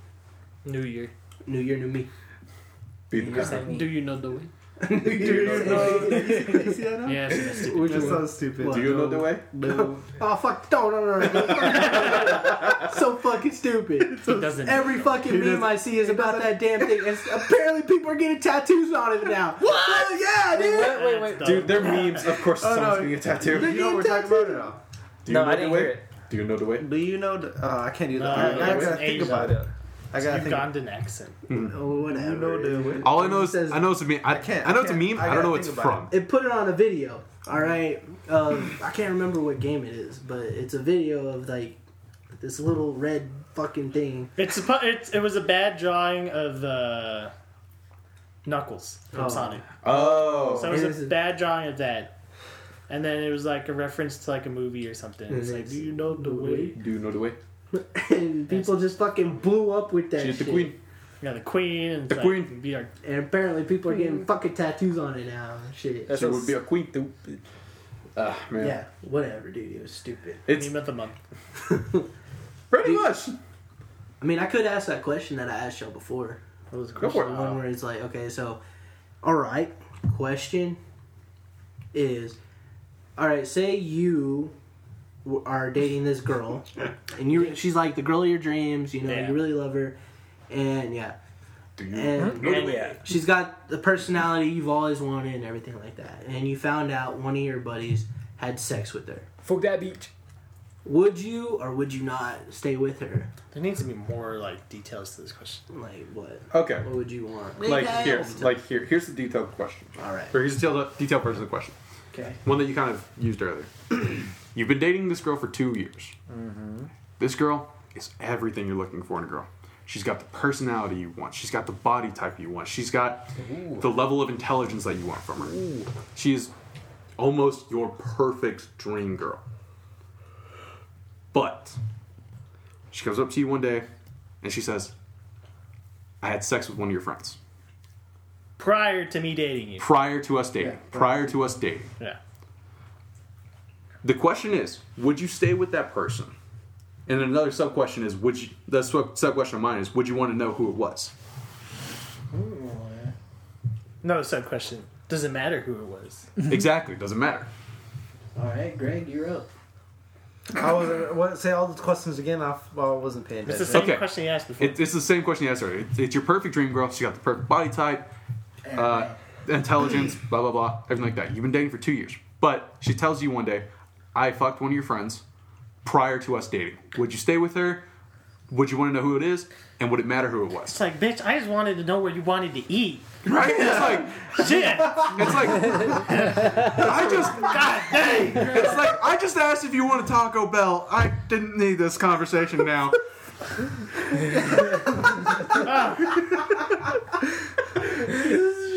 S1: New Year.
S2: New year, new me. *laughs*
S3: Beat the
S5: You're
S3: crap.
S5: saying
S1: Do
S5: me.
S1: you know the way?
S2: new year, new me. *laughs*
S4: you see
S1: *laughs*
S4: that now?
S1: Yeah, so that's stupid.
S4: We're just so stupid.
S2: What?
S3: Do you know the way?
S4: No.
S2: Oh fuck! Don't no, no, no. *laughs* so fucking stupid.
S1: He doesn't.
S2: Every fucking meme
S4: doesn't-
S2: I see is about that damn thing. And apparently, people are getting tattoos on it now. What? yeah, dude.
S5: *laughs* Wait, wait, wait.
S1: That's
S3: Dude, they're memes. Of course,
S4: Oh,
S3: someone's
S4: no.
S3: getting a tattoo.
S4: You know what we're talking about now.
S3: Do you
S5: No,
S3: know
S5: I
S3: the
S5: didn't
S3: way?
S5: hear it.
S3: Do you know the way?
S4: Do you know? The, uh, I can't do that.
S1: No,
S4: I, I
S1: it's
S4: gotta
S1: an
S4: think
S1: Asian.
S4: about it. I gotta think.
S1: Ugandan accent.
S2: Oh, whatever.
S4: You know the way.
S3: All I know
S2: It
S3: is
S2: says-
S3: I know it's a meme. I,
S4: I can't-
S3: I know it's a
S4: I can't-
S3: meme.
S4: I
S3: I, don't
S4: gotta
S3: know what it's
S4: think about
S3: from.
S2: It put it on a video. All right. Um, I can't remember what game it is, but it's a video of like this little red fucking thing.
S1: It's, suppo- it's it was a bad drawing of uh, Knuckles from
S2: Oh.
S1: Sonic.
S3: Oh.
S1: So it
S2: It
S1: was a
S2: is-
S1: bad drawing of that. And then it was like a reference to like a movie or something. It's
S2: It
S1: like,
S2: is.
S1: do you know the way?
S3: Do you know the way?
S2: *laughs* and people just fucking blew up with that
S3: She's the
S2: shit.
S3: queen.
S1: Yeah, the Queen. And it's
S3: The
S1: like,
S3: Queen.
S1: Be our,
S2: And apparently people are getting fucking tattoos on it now. and Shit.
S5: That's
S3: She
S5: so
S3: would be a queen too. Ah, man.
S2: Yeah, whatever, dude. It was stupid.
S3: It's
S1: meme of the month.
S3: pretty much.
S2: I mean, I could ask that question that I asked y'all before.
S1: That was a
S3: Go for
S1: question.
S2: The
S3: it.
S2: one where it's like, okay, so, all right, question is, all right, say you w- are dating this girl, and you she's like the girl of your dreams. You know,
S1: Yeah.
S2: you really love her, and yeah,
S3: Do you
S2: and
S3: know the
S5: And
S3: way?
S5: yeah.
S2: she's got the personality you've always wanted and everything like that. And you found out one of your buddies had sex with her.
S5: Fuck that beach.
S2: Would you or would you not stay with her?
S1: There needs to be more like details to this question.
S2: Like what?
S3: Okay.
S2: What would you want?
S3: Like here, like here. Here's the detailed question.
S2: all right,
S3: Or here's the detailed, detailed version of the question.
S2: okay.
S3: One that you kind of used earlier. *clears throat* You've been dating this girl for two years.
S2: Mm-hmm.
S3: This girl is everything you're looking for in a girl. She's got the personality you want. She's got the body type you want. She's got the level of intelligence that you want from her. She is almost your perfect dream girl. But she comes up to you one day and she says, I had sex with one of your friends
S1: Prior to me dating you.
S3: prior to us dating. prior to us dating.
S1: Yeah.
S3: The question is, would you stay with that person? And another sub question is, would you? The sub question of mine is, would you want to know who it was?
S1: No sub question. Does it matter who it was?
S3: exactly, doesn't matter.
S2: All right, Greg, you're up.
S4: I was uh, what say all the questions again. I, f- I wasn't paying
S1: It's the
S4: attention.
S1: same
S3: Okay.
S1: question you asked before.
S3: It, it's the same question you asked earlier. It's, it's your perfect dream girl. She got the perfect body type, uh, intelligence, blah blah blah, everything like that. You've been dating for two years, but she tells you one day, "I fucked one of your friends prior to us dating. Would you stay with her? Would you want to know who it is? And would it matter who it
S1: It's
S3: was?
S1: like, bitch, I just wanted to know where you wanted to *laughs* eat.
S3: Right? *laughs* It's like
S1: Shit!
S3: it's like I just
S1: God dang!
S3: it's like I just asked if you want a Taco Bell. I didn't need this conversation *laughs* now.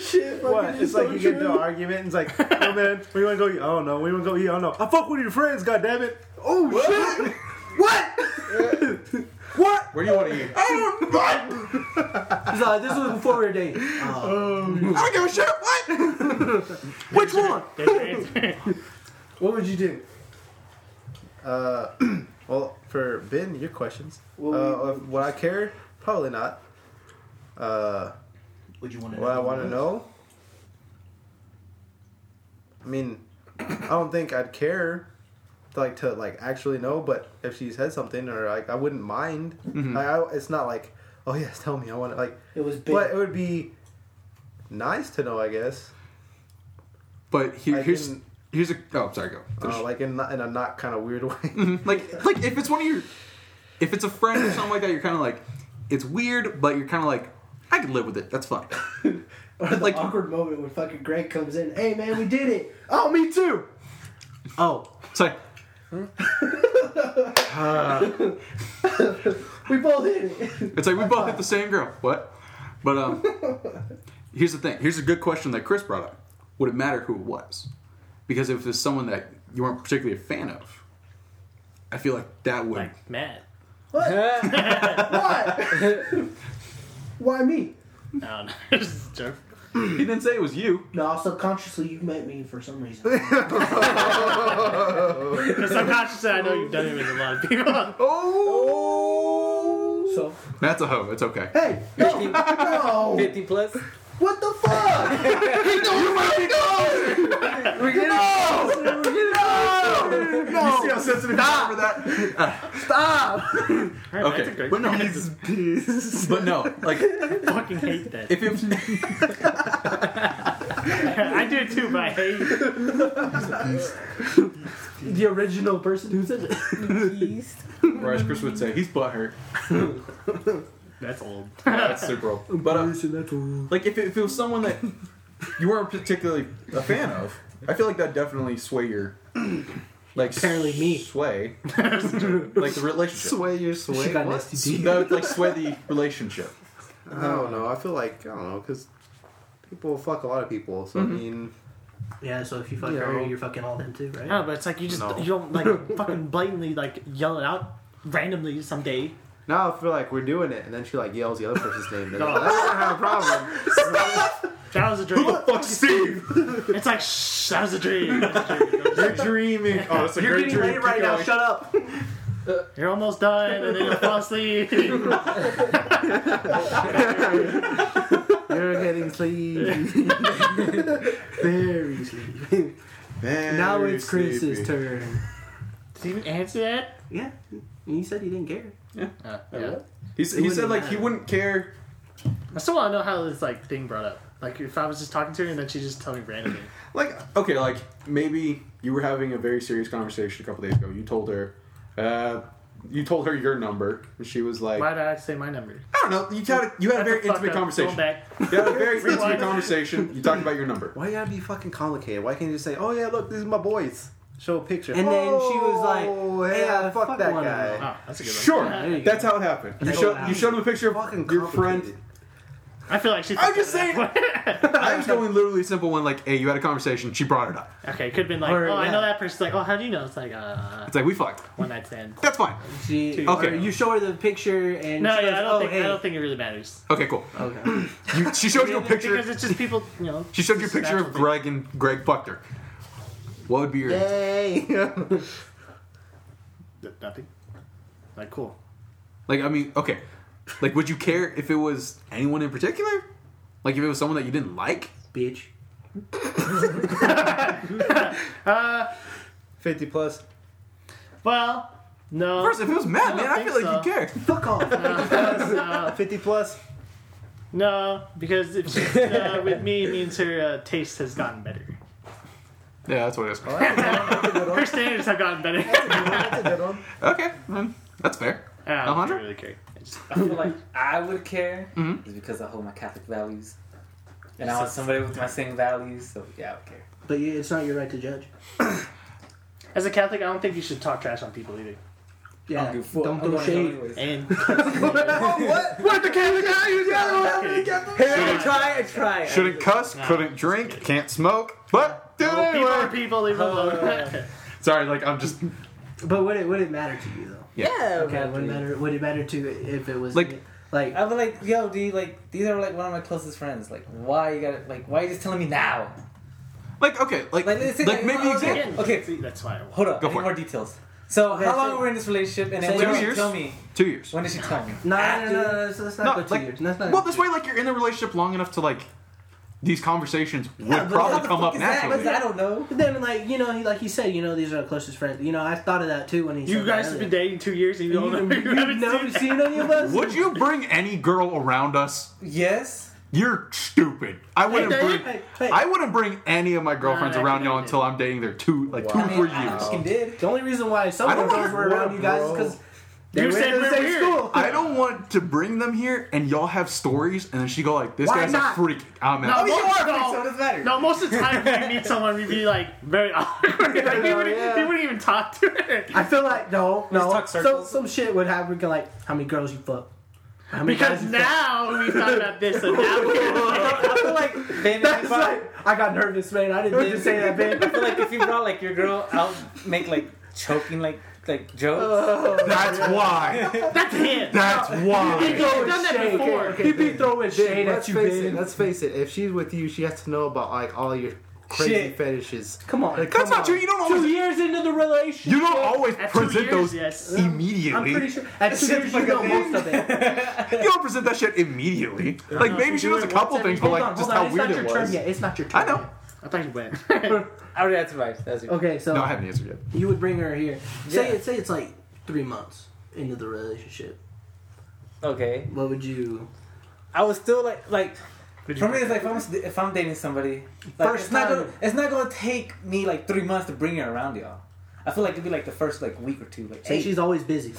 S2: Shit,
S4: What? It's like you get into an argument and it's like, *laughs* oh man, we want to go eat. Oh no, we want to go eat. Oh no, I fuck with your friends. God damn it. Oh shit. what? what?
S3: Where do you want to eat?
S4: I don't. What?
S2: this was before we were dating. Uh,
S3: I don't give a shit. What? Which one?
S1: That's your answer.
S2: what would you do?
S4: Uh, *clears throat* well, for Ben, your questions.
S2: Well,
S4: uh, of would I care? Probably not. Uh,
S2: Would you want
S4: what I want to know. I mean, I don't think I'd care, like to like actually know. But if she said something, or like I wouldn't mind. Like, I, it's not like, oh yes, tell me. I want to like.
S2: It was big.
S4: But it would be nice to know, I guess.
S3: But here,
S4: I
S3: here's
S4: didn't-
S3: here's a oh sorry go Finish.
S4: Uh, like in in a not kind of weird *laughs* way.
S3: like like if it's one of your if it's a friend or something like that you're kind of like it's weird but you're kind of like I can live with it that's fine
S2: Or the
S3: Like-
S2: awkward moment when fucking Greg comes in. Hey man, we did it.
S4: oh, me too.
S2: Oh,
S3: it's like
S2: we both did *laughs* it.
S3: it's like we both hit the same girl what but um here's the thing here's a good question that Chris brought up would it matter who it was because if it's someone that you weren't particularly a fan of I feel like that would
S1: *laughs* like, Matt.
S5: *laughs*
S2: Why? Why me?
S1: No, *laughs* no, it's a joke.
S3: he didn't say it was you
S2: No, subconsciously you met me for some reason.
S1: Because subconsciously, I know you've done it with a lot of people. *laughs*
S4: Oh.
S2: So
S3: that's a hoe it's okay
S2: hey, no, no.
S5: 50 plus?
S2: what the
S3: *laughs*
S2: fuck?
S4: We're getting no! We're getting no! You see how sensitive you are for that? Stop!
S1: That's a
S3: okay
S1: great
S3: but no
S4: Peace.
S3: but no like
S1: I fucking hate that.
S3: if it
S1: *laughs* I do too, but I hate it.
S2: the original person who said it.
S3: or as Chris would say he's butthurt
S1: *laughs* That's old.
S3: Yeah, that's super old. But uh, like, if it, if it was someone that you weren't particularly a fan of, I feel like that definitely sway your like
S2: Apparently me.
S3: sway like the relationship.
S4: Sway your sway.
S2: she got an
S4: what?
S2: STD.
S3: That would like sway the relationship.
S4: I don't know. I feel like, I don't know, because people fuck a lot of people. So, I mean,
S2: Yeah, so if you fuck
S4: You
S2: her,
S4: know.
S2: you're fucking all them too, right?
S1: No, but it's like you just
S4: No.
S1: you don't
S3: *laughs*
S1: like fucking blatantly like yell it out randomly someday.
S4: now I feel like we're doing it. And then she, like, yells the other person's *laughs* name. Then
S1: No.
S4: That's not have a problem.
S1: That was a dream.
S3: Fuck Steve.
S1: It's like shh, that was a dream.
S3: *laughs*
S1: That was a dream. That was a dream.
S3: Oh, it's a
S4: dreaming.
S2: You're getting late right now. Shut up.
S1: You're almost done, and then you'll fall asleep.
S3: *laughs*
S4: You're getting *laughs* sleepy.
S2: Very sleepy. *laughs*
S4: Man.
S2: now it's Chris's turn.
S1: Did you even answer that?
S2: Yeah, you said you didn't care.
S3: Oh,
S1: yeah.
S3: He, s- he
S2: wouldn't
S3: said like he
S2: matter.
S3: wouldn't care.
S1: I still want to know how this like thing brought up. Like if I was just talking to her and then she just tell me randomly.
S3: Like okay, like maybe you were having a very serious conversation a couple days ago. You told her, uh, you told her your number, and she was like,
S1: Why did I have to say my number?
S3: I don't know. You had a, you had a
S1: Shut the
S3: very
S1: fuck
S3: intimate
S1: up.
S3: conversation.
S1: Going back.
S3: You had a very
S1: *laughs*
S3: intimate
S1: Rewind.
S3: conversation. You talked about your number.
S4: Why you gotta be fucking complicated? Why can't you just say, "Oh yeah, look, these are my boys"? Show a picture.
S2: And then she was like,
S4: "Oh
S2: "Hey,
S4: yeah,
S2: I
S4: fuck,
S2: fuck
S4: that
S2: one of them."
S4: guy."
S1: Oh, that's a good one.
S3: Sure,
S2: There you
S3: that's how it happened. You
S2: That's
S3: showed
S2: how it
S3: you showed him a picture
S4: Fucking
S3: of your friend.
S4: complicated.
S1: I feel like she.
S3: I'm just saying- I was going literally simple one like, hey, you had a conversation. She brought it up.
S1: *laughs* okay, could have been like,
S2: Or,
S1: oh, I
S2: yeah.
S1: know that person's like, oh, how do you know? It's like, uh,
S3: It's like we fucked.
S1: one night stand.
S3: That's fine.
S2: She,
S3: Okay.
S2: okay. You show her the picture and
S1: No,
S2: she goes,
S1: yeah, I don't
S2: oh,
S1: think
S2: hey.
S1: I don't think it really matters
S3: Okay, cool.
S2: Okay.
S3: You, she showed you a
S1: because
S3: picture.
S1: it's just people, you know.
S3: She showed you a
S1: it's just
S3: picture of
S1: natural
S3: Greg and Greg fucked her. What would be
S2: *laughs*
S3: your?
S4: Yay!
S1: thing. Nothing. Like cool.
S3: Like, I mean, okay. Like, would you care if it was anyone in particular? Like, if it was someone that you didn't like?
S2: Bitch.
S4: Fifty plus.
S1: Well, no.
S3: First, if it was Matt,
S1: I don't
S3: man, I
S1: think
S3: feel like
S1: so.
S3: you care.
S2: Fuck off.
S1: No, because,
S2: *laughs*
S1: uh,
S4: Fifty plus.
S1: no, because if she's uh, with me, it means her uh, taste has gotten better.
S3: Yeah, that's
S1: *laughs*
S3: what it is.
S4: Well, that's, that's a good one.
S1: Her standards have gotten *laughs* better.
S4: *laughs* That's a good one.
S3: Okay, then that's fair.
S1: I don't
S3: Alejandro?
S1: really care. I just-
S5: I feel like I would care
S3: Mhm.
S5: is because I hold my Catholic values, and I want somebody with my same values. So yeah, I would care.
S2: But you, it's not your right to judge.
S1: As a Catholic, I don't think you should talk trash on people either.
S5: I
S2: Yeah.
S5: don't give a fuck.
S2: Don't
S5: I'm
S2: throw
S5: gonna go
S2: shade.
S5: anyways.
S1: *laughs* And
S4: Oh, what?
S3: What the Catholic values?
S1: Shouldn't-
S5: try it. Try it.
S3: Shouldn't cuss,
S1: Nah,
S3: couldn't
S1: just
S3: drink,
S1: kidding.
S3: can't smoke, but do it
S1: Well, people are
S3: anyway.
S1: people, leave them alone.
S5: Uh,
S3: Sorry, like I'm just
S2: But would it would it matter to you though?
S3: yeah.
S2: Okay. Would it matter? Would it matter to you if it was
S3: Like-
S2: like
S5: I would like, yo, dude, like these are like one of my closest friends. Like, why you got like, why you just telling me now?
S3: Like okay, like
S5: Like,
S3: like,
S5: it's-
S3: maybe
S5: oh,
S3: example.
S1: Again,
S5: Okay.
S1: see, that's why I want.
S5: Hold up,
S3: Go
S5: I need
S3: for it.
S5: more details. So,
S2: Okay,
S5: how long
S2: so-
S5: were we in this relationship, and
S2: so
S5: then when
S3: two
S5: did she
S3: years.
S5: tell me?
S3: Two years.
S5: When did she tell me?
S2: no, no, no,
S5: After-
S2: no, no, let's, let's
S3: No,
S2: not go two
S3: like-
S2: years. Let's not
S3: Well,
S2: go
S3: this
S2: two
S3: way,
S2: years.
S3: like you're in a relationship long enough to like these conversations would
S2: Yeah, but how
S3: probably
S2: the
S3: come up
S5: Fuck is that?
S3: naturally.
S5: I don't know.
S2: But then, like you know, he like he said, you know, these are our closest friends. You know, I thought of that too when he.
S1: You
S2: said that
S1: guys have been
S2: earlier.
S1: dating two years and you don't
S2: *laughs* You,
S1: know.
S2: you, have never seen any of us.
S3: Would you bring any girl around us?
S5: Yes.
S3: You're stupid. I wouldn't
S1: Dave.
S3: bring.
S2: Hey, hey.
S3: I wouldn't bring any of my girlfriends
S1: Nah,
S3: around
S1: I
S3: y'all
S1: did.
S3: until I'm dating their two like
S5: I
S3: two
S5: mean,
S3: for
S5: I
S3: years.
S5: fucking
S2: *laughs*
S5: did.
S2: The only reason why some
S3: I
S2: of
S3: don't
S2: girls were
S4: wanna-
S2: around you guys is because they
S1: You
S2: were
S1: said
S2: in the
S1: we're
S2: same
S1: weird.
S2: school.
S3: I don't want to bring them here and y'all have stories and then she go like, "This
S2: Why
S3: guy's
S2: not?
S3: a freak." Oh, I'm
S1: No,
S3: out.
S5: you
S1: most-
S5: are a freak, so it
S1: no,
S5: doesn't matter.
S1: no, most of the time when you meet someone, we'd be like very *laughs* awkward. Like, we,
S4: Oh,
S1: wouldn't,
S4: yeah.
S1: we wouldn't even talk to her.
S2: I feel like no,
S5: just
S2: no.
S5: talk
S2: So,
S5: circles.
S2: some shit would happen. Like how many girls you fuck? How many
S1: Because
S2: guys you fuck?
S1: now we thought about this, and now we
S5: I feel like, babe, *laughs*
S2: That's
S5: if I-
S2: like, I got nervous, man. I didn't mean to say that,
S5: *laughs* I
S2: man.
S5: feel like if you brought like your girl out, make like choking like like jokes.
S2: Uh.
S3: That's why.
S1: that's him.
S3: That's
S2: *laughs*
S1: You've
S3: why.
S1: done that
S2: shade.
S1: before.
S2: Okay, he be throwing shade
S4: let's
S2: at you,
S4: face it.
S2: man.
S4: Let's face it. If she's with you, she has to know about like all your crazy
S5: Shit.
S4: fetishes.
S2: Come on.
S4: Like,
S3: That's
S4: come
S3: not
S4: on.
S3: true. You don't
S2: Two
S3: always.
S2: years into the relationship,
S3: You don't always
S1: At two
S3: present
S1: years,
S3: those e-
S1: yes.
S2: I'm pretty
S3: immediately.
S2: sure at two
S5: Shit,
S2: years you
S5: like
S2: know
S5: a
S2: most of it.
S3: You don't present that shit immediately. Like
S1: No,
S3: maybe
S1: if
S3: she
S1: you
S3: knows
S1: do
S3: a
S1: it
S3: couple
S1: once
S3: things, but
S2: Hold
S3: like
S2: on,
S3: just
S2: hold
S3: how
S2: on. It's
S3: weird
S2: not your
S3: it
S2: turn
S3: was.
S2: yet. It's not your turn.
S3: I know.
S1: I thought you went.
S2: yet.
S5: I already answered mine. That's it.
S2: okay, so
S3: No, I haven't answered yet.
S2: you would bring her here. Say
S5: Yeah.
S2: it. Say it's like three months into the relationship.
S5: Okay.
S2: What would you?
S5: I was still like like
S1: Could you-
S5: for me it's like if I'm if I'm dating somebody, like,
S2: First
S5: it's not
S2: time.
S5: gonna it's not gonna take me like three months to bring her around y'all. I feel like it'd be like the first like week or two. Like
S2: Say
S5: hey,
S2: she's always busy.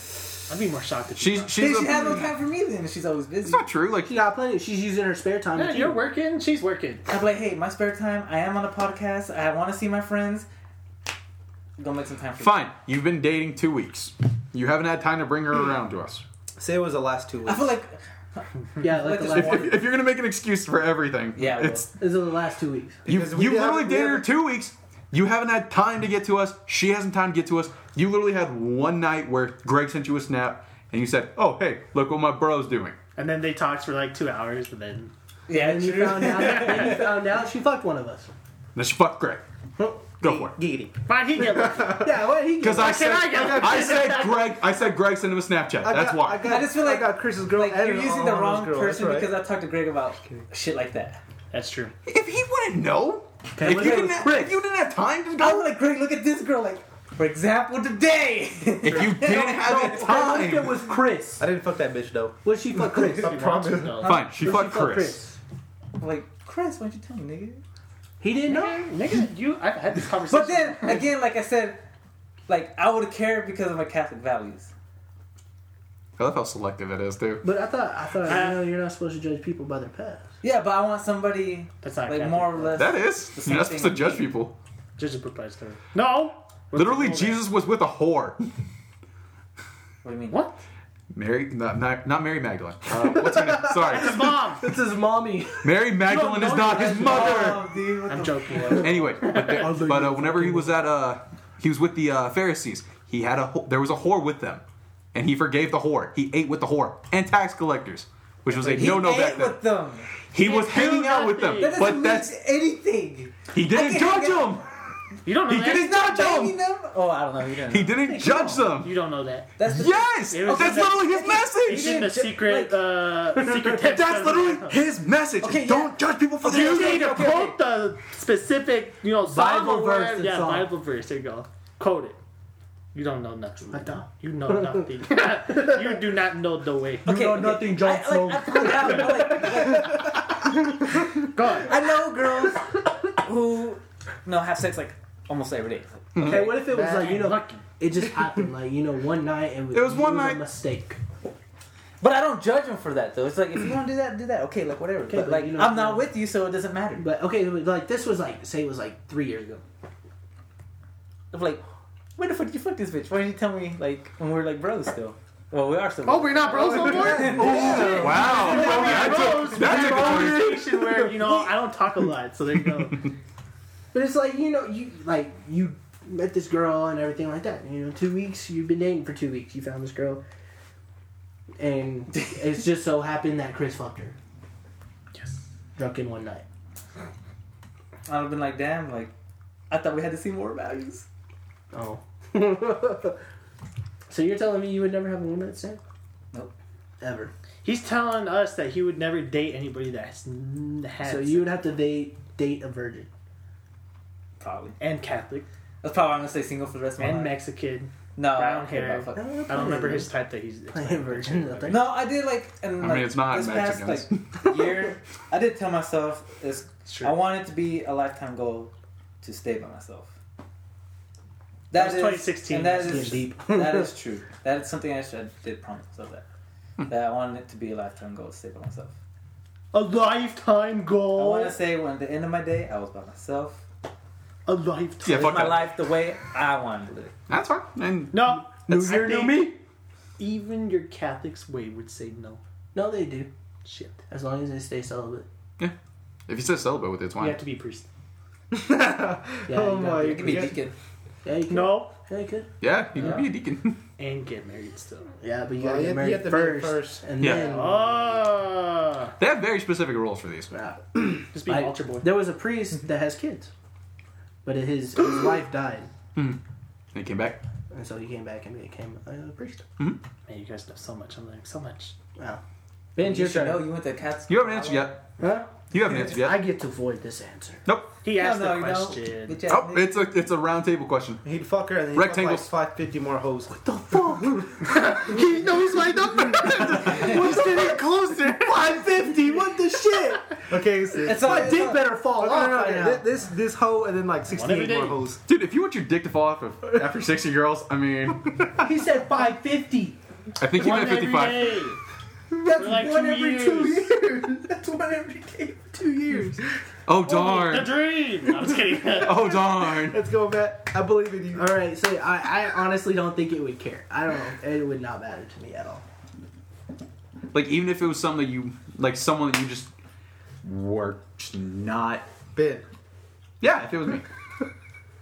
S1: I'd be more shocked if
S3: She's
S1: she's.
S3: she's.
S5: then she has no
S3: A,
S5: time for me then. She's always busy.
S3: it's not true. Like
S2: She got plenty. She's using her spare time.
S1: Yeah,
S2: with you.
S1: you're working. She's working.
S5: I'd be like, hey, my spare time. I am on a podcast. I want to see my friends. Go make some time for
S3: fine. You've been dating two weeks. You haven't had time to bring her around to us.
S4: Say it was the last two
S5: Me. I
S4: weeks.
S5: feel like
S2: Yeah, like the
S5: Like
S2: last.
S5: this-
S3: If, if you're gonna make an excuse for everything,
S5: Yeah, I will.
S3: it's
S2: This is the last two weeks.
S3: You,
S4: Because we
S3: you
S4: haven't-
S3: literally
S4: we
S3: dated her
S4: haven't-
S3: two weeks. You haven't had time to get to us. She hasn't time to get to us. You literally had one night where Greg sent you a snap and you said, "Oh, hey, look what my bro's doing."
S1: And then they talked for like two hours, and then
S5: yeah.
S2: And you
S5: true.
S2: found out. then you found out she fucked one of us.
S3: Then she fucked Greg Go for it.
S2: Giggity.
S1: why'd he get lucky?
S2: Yeah, what he?
S3: because
S2: I,
S3: I
S1: Why
S3: said
S1: can't I get-
S3: I
S1: *laughs*
S3: said Greg I said Greg sent him a Snapchat.
S4: I got-
S3: That's why.
S4: I, got,
S5: I just feel like-
S4: I got Chris's girl.
S5: Like
S4: and
S5: you're using the
S4: Alejandro's
S5: wrong
S4: girl. That's
S5: person
S4: right.
S5: because I talked to Greg about shit like that.
S1: That's true.
S3: if he wouldn't know, if you
S5: let's say
S3: didn't,
S5: it was
S3: have, if you didn't have time to
S5: I
S3: go,
S5: was like, Greg, look at this girl. Like, for example, today.
S3: if you didn't have that
S2: if it
S3: time,
S2: was Chris.
S4: I didn't fuck that bitch though.
S2: Would she fuck Chris?
S1: If
S2: Would
S1: you
S4: promise.
S1: want to, though.
S3: fine. She
S2: she
S3: fucked
S2: fuck
S3: Chris.
S5: *laughs* like, Chris, why'd you tell me, nigga?
S2: He didn't know.
S1: Nigga, you. I've had this conversation.
S5: But then again, like I said, like I would care because of my Catholic values.
S3: I love how selective it is, too.
S2: But I thought I thought
S1: Uh,
S2: you know you're not supposed to judge people by their past.
S5: Yeah, but I want somebody
S1: that's not
S5: like
S1: Catholic.
S5: more or less.
S3: That is. You're not supposed to judge people.
S1: Just a book by its cover. No.
S3: Literally,
S1: What's the whole
S3: Jesus was with a whore.
S5: What do you mean?
S1: name? What?
S3: Mary, not, not, not Mary
S5: *laughs*
S3: Magdalene. Uh, what's her name? Sorry,
S1: His mom.
S2: It's his mommy.
S3: *laughs* Mary Magdalene is not his mother.
S5: Oh, dude, what
S1: I'm
S5: the-
S1: joking.
S3: Anyway, but, there-
S2: Although
S3: but uh,
S2: you
S3: whenever he was at, uh, he was with the uh, Pharisees. He had a wh- there was a whore with them, and he forgave the whore. He ate with the whore and tax collectors, which was a
S5: He
S3: no no back
S5: ate
S3: then.
S5: with them.
S3: He
S5: *laughs*
S3: was hanging out with
S1: nothing.
S3: them,
S5: That doesn't
S3: but
S5: mean
S3: that's
S5: anything.
S3: he didn't
S5: I
S3: judge
S5: can't-
S3: them.
S1: You don't know
S3: He
S1: that.
S3: didn't judge
S5: Dating
S3: them.
S5: them? Oh, I don't know. You don't know.
S3: He didn't judge them.
S1: You don't know that.
S5: That's the-
S3: Yes,
S1: It was-
S3: that's literally
S5: *laughs*
S3: his
S1: It's
S3: message.
S1: in the
S5: didn't ju-
S1: secret.
S5: like-
S1: uh, secret text.
S3: That's
S1: of-
S3: literally his message.
S5: Okay, yeah.
S3: Don't judge people for
S1: You
S3: their
S1: need to
S5: okay,
S1: quote the specific, you know, Bible
S2: Bible verse
S1: verse.
S2: and
S1: Yeah,
S2: song.
S1: Bible verse. There you go. Code it. You don't know nothing.
S2: I don't.
S1: You know nothing. you do not know the way.
S5: Okay,
S2: know
S5: okay.
S2: nothing, Jon
S5: I-
S2: Snow.
S5: Like, I, found out, I, like,
S1: Go on.
S5: I know girls who no have sex like almost every day.
S2: Okay, what if it was like you know,
S1: Lucky.
S2: it just happened like you know one night and
S3: It was one night.
S2: a mistake.
S5: But I don't judge them for that though. It's like if you want to do that, do that. Okay, like whatever.
S2: Okay,
S5: but,
S2: but
S5: like
S2: you know-
S5: I'm not with you, so it doesn't matter.
S2: But okay, it was, like this was like say it was like three years ago.
S5: I'm like, where the fuck did you fuck this bitch? Why didn't you tell me like when we we're like bros still? Well, we are still.
S1: Oh, we're not bros no more?
S3: Wow. *laughs* That
S1: Bros,
S3: took- that
S1: we
S3: took a
S1: have
S3: turn.
S1: a conversation where, you know, I don't talk a lot, so there you go.
S2: But it's like you know you like you met this girl and everything like that. You know, two weeks you've been dating for two weeks. You found this girl, and *laughs* it's just so happened that Chris fucked her.
S1: Yes.
S2: Drunk in one night.
S5: I'd have been like, damn, like I thought we had to see more values.
S2: Oh. *laughs* so you're telling me you would never have a one night stand?
S5: Nope.
S2: Ever.
S1: He's telling us that he would never date anybody that has n- had
S2: so
S1: sex.
S2: you would have to date date a virgin.
S5: Probably.
S1: and Catholic
S5: That's probably why I'm gonna stay single for the rest of my
S1: and
S5: life.
S1: Mexican.
S5: no, I
S1: brown
S5: don't care
S1: hair.
S5: about fucking.
S1: I don't remember
S2: *laughs*
S1: his type that he's.
S2: Playing virgin.
S1: *laughs*
S2: I think.
S5: No, I did like. And,
S3: mean,
S5: like,
S3: it's not
S5: this
S3: Mexicans.
S5: Past, like, year, I did tell myself this.
S1: It's true.
S5: I wanted to be a lifetime goal to stay by myself. That
S1: was
S5: is-
S1: 2016.
S5: And that
S1: It's
S5: is
S2: getting deep.
S5: *laughs* that
S3: *laughs*
S5: is true. That is something I should I did promise myself that
S3: Hmm.
S5: that I wanted it to be a lifetime goal to stay by myself.
S1: A lifetime
S5: I
S1: goal.
S5: want to say when at the end of my day I was by myself.
S1: A lifetime.
S3: Yeah,
S5: Live
S3: fuck
S5: my
S3: that.
S5: life the way I wanted to live.
S3: That's fine. And
S1: No.
S3: New
S1: that's- I
S3: Year, New
S1: think
S3: Me.
S1: Even your Catholic's way would say no.
S2: No, they do.
S1: Shit.
S2: As long as they stay celibate.
S3: If you say celibate with it, it's
S1: You have
S3: fine.
S1: to be a priest.
S2: Yeah,
S4: oh
S2: you
S4: my
S2: gotta
S5: You can be a
S4: god.
S5: deacon.
S2: Yeah, you could.
S1: No.
S2: Yeah, you could.
S3: Yeah, you can be a deacon. *laughs*
S1: And get married still.
S2: Yeah, but you
S4: Well,
S2: gotta
S4: you-
S2: get
S4: you
S2: married
S4: have to be
S2: first,
S4: first.
S2: and
S3: Yeah.
S2: then.
S1: Oh.
S3: They have very specific rules for these.
S2: Yeah.
S1: Just be an
S2: I-
S1: altar boy.
S2: Oh. There was a priest that has kids, but his his wife died,
S3: They came back.
S2: and so he came back and became a priest.
S1: Man, you guys know so much. I'm learning so much.
S2: Wow. Ben's
S5: You
S2: your
S5: should know
S2: turn.
S5: you went to Catholic.
S3: You haven't answered yet.
S2: Huh?
S3: You haven't answered
S2: I
S3: yet.
S2: get to avoid this answer.
S3: Nope.
S1: He
S5: No,
S1: asked
S5: no,
S1: the
S5: you don't.
S1: question.
S5: Bitch ass
S3: Oh,
S5: nigga.
S3: it's a it's a round table question.
S4: He'd fuck her and then he'd
S3: Rectangle.
S4: fuck like 550 more hoes.
S2: The *laughs* fuck?
S3: he knows my
S2: *laughs*
S3: number. What's getting closer?
S2: 550. What the shit?
S4: Okay, so
S5: It's all-
S2: My
S5: it's
S2: dick
S5: all-
S2: better fall
S4: Oh,
S2: off
S4: no, no,
S2: by
S4: no,
S2: now.
S4: thi- This, this hoe and then like
S1: every
S4: 68
S1: day.
S4: more hoes.
S3: Dude, if you want your dick to fall off of, after sixty girls, I mean,
S2: He said 550.
S3: I think you
S1: One
S3: at
S1: every
S3: fifty-five.
S1: day.
S2: That's
S1: Like
S2: one
S1: two
S2: every
S1: years.
S2: two years. That's one every day for two years.
S3: Oh
S1: The
S3: darn!
S1: dream. I'm just kidding.
S3: Oh *laughs* darn!
S4: Let's go, Matt. I believe in you.
S2: All right, so I, I honestly don't think it would care. I don't know. It would not matter to me at all.
S3: Like even if it was something that you like, someone that you just were just not.
S4: Ben.
S3: Yeah, if it was *laughs* me,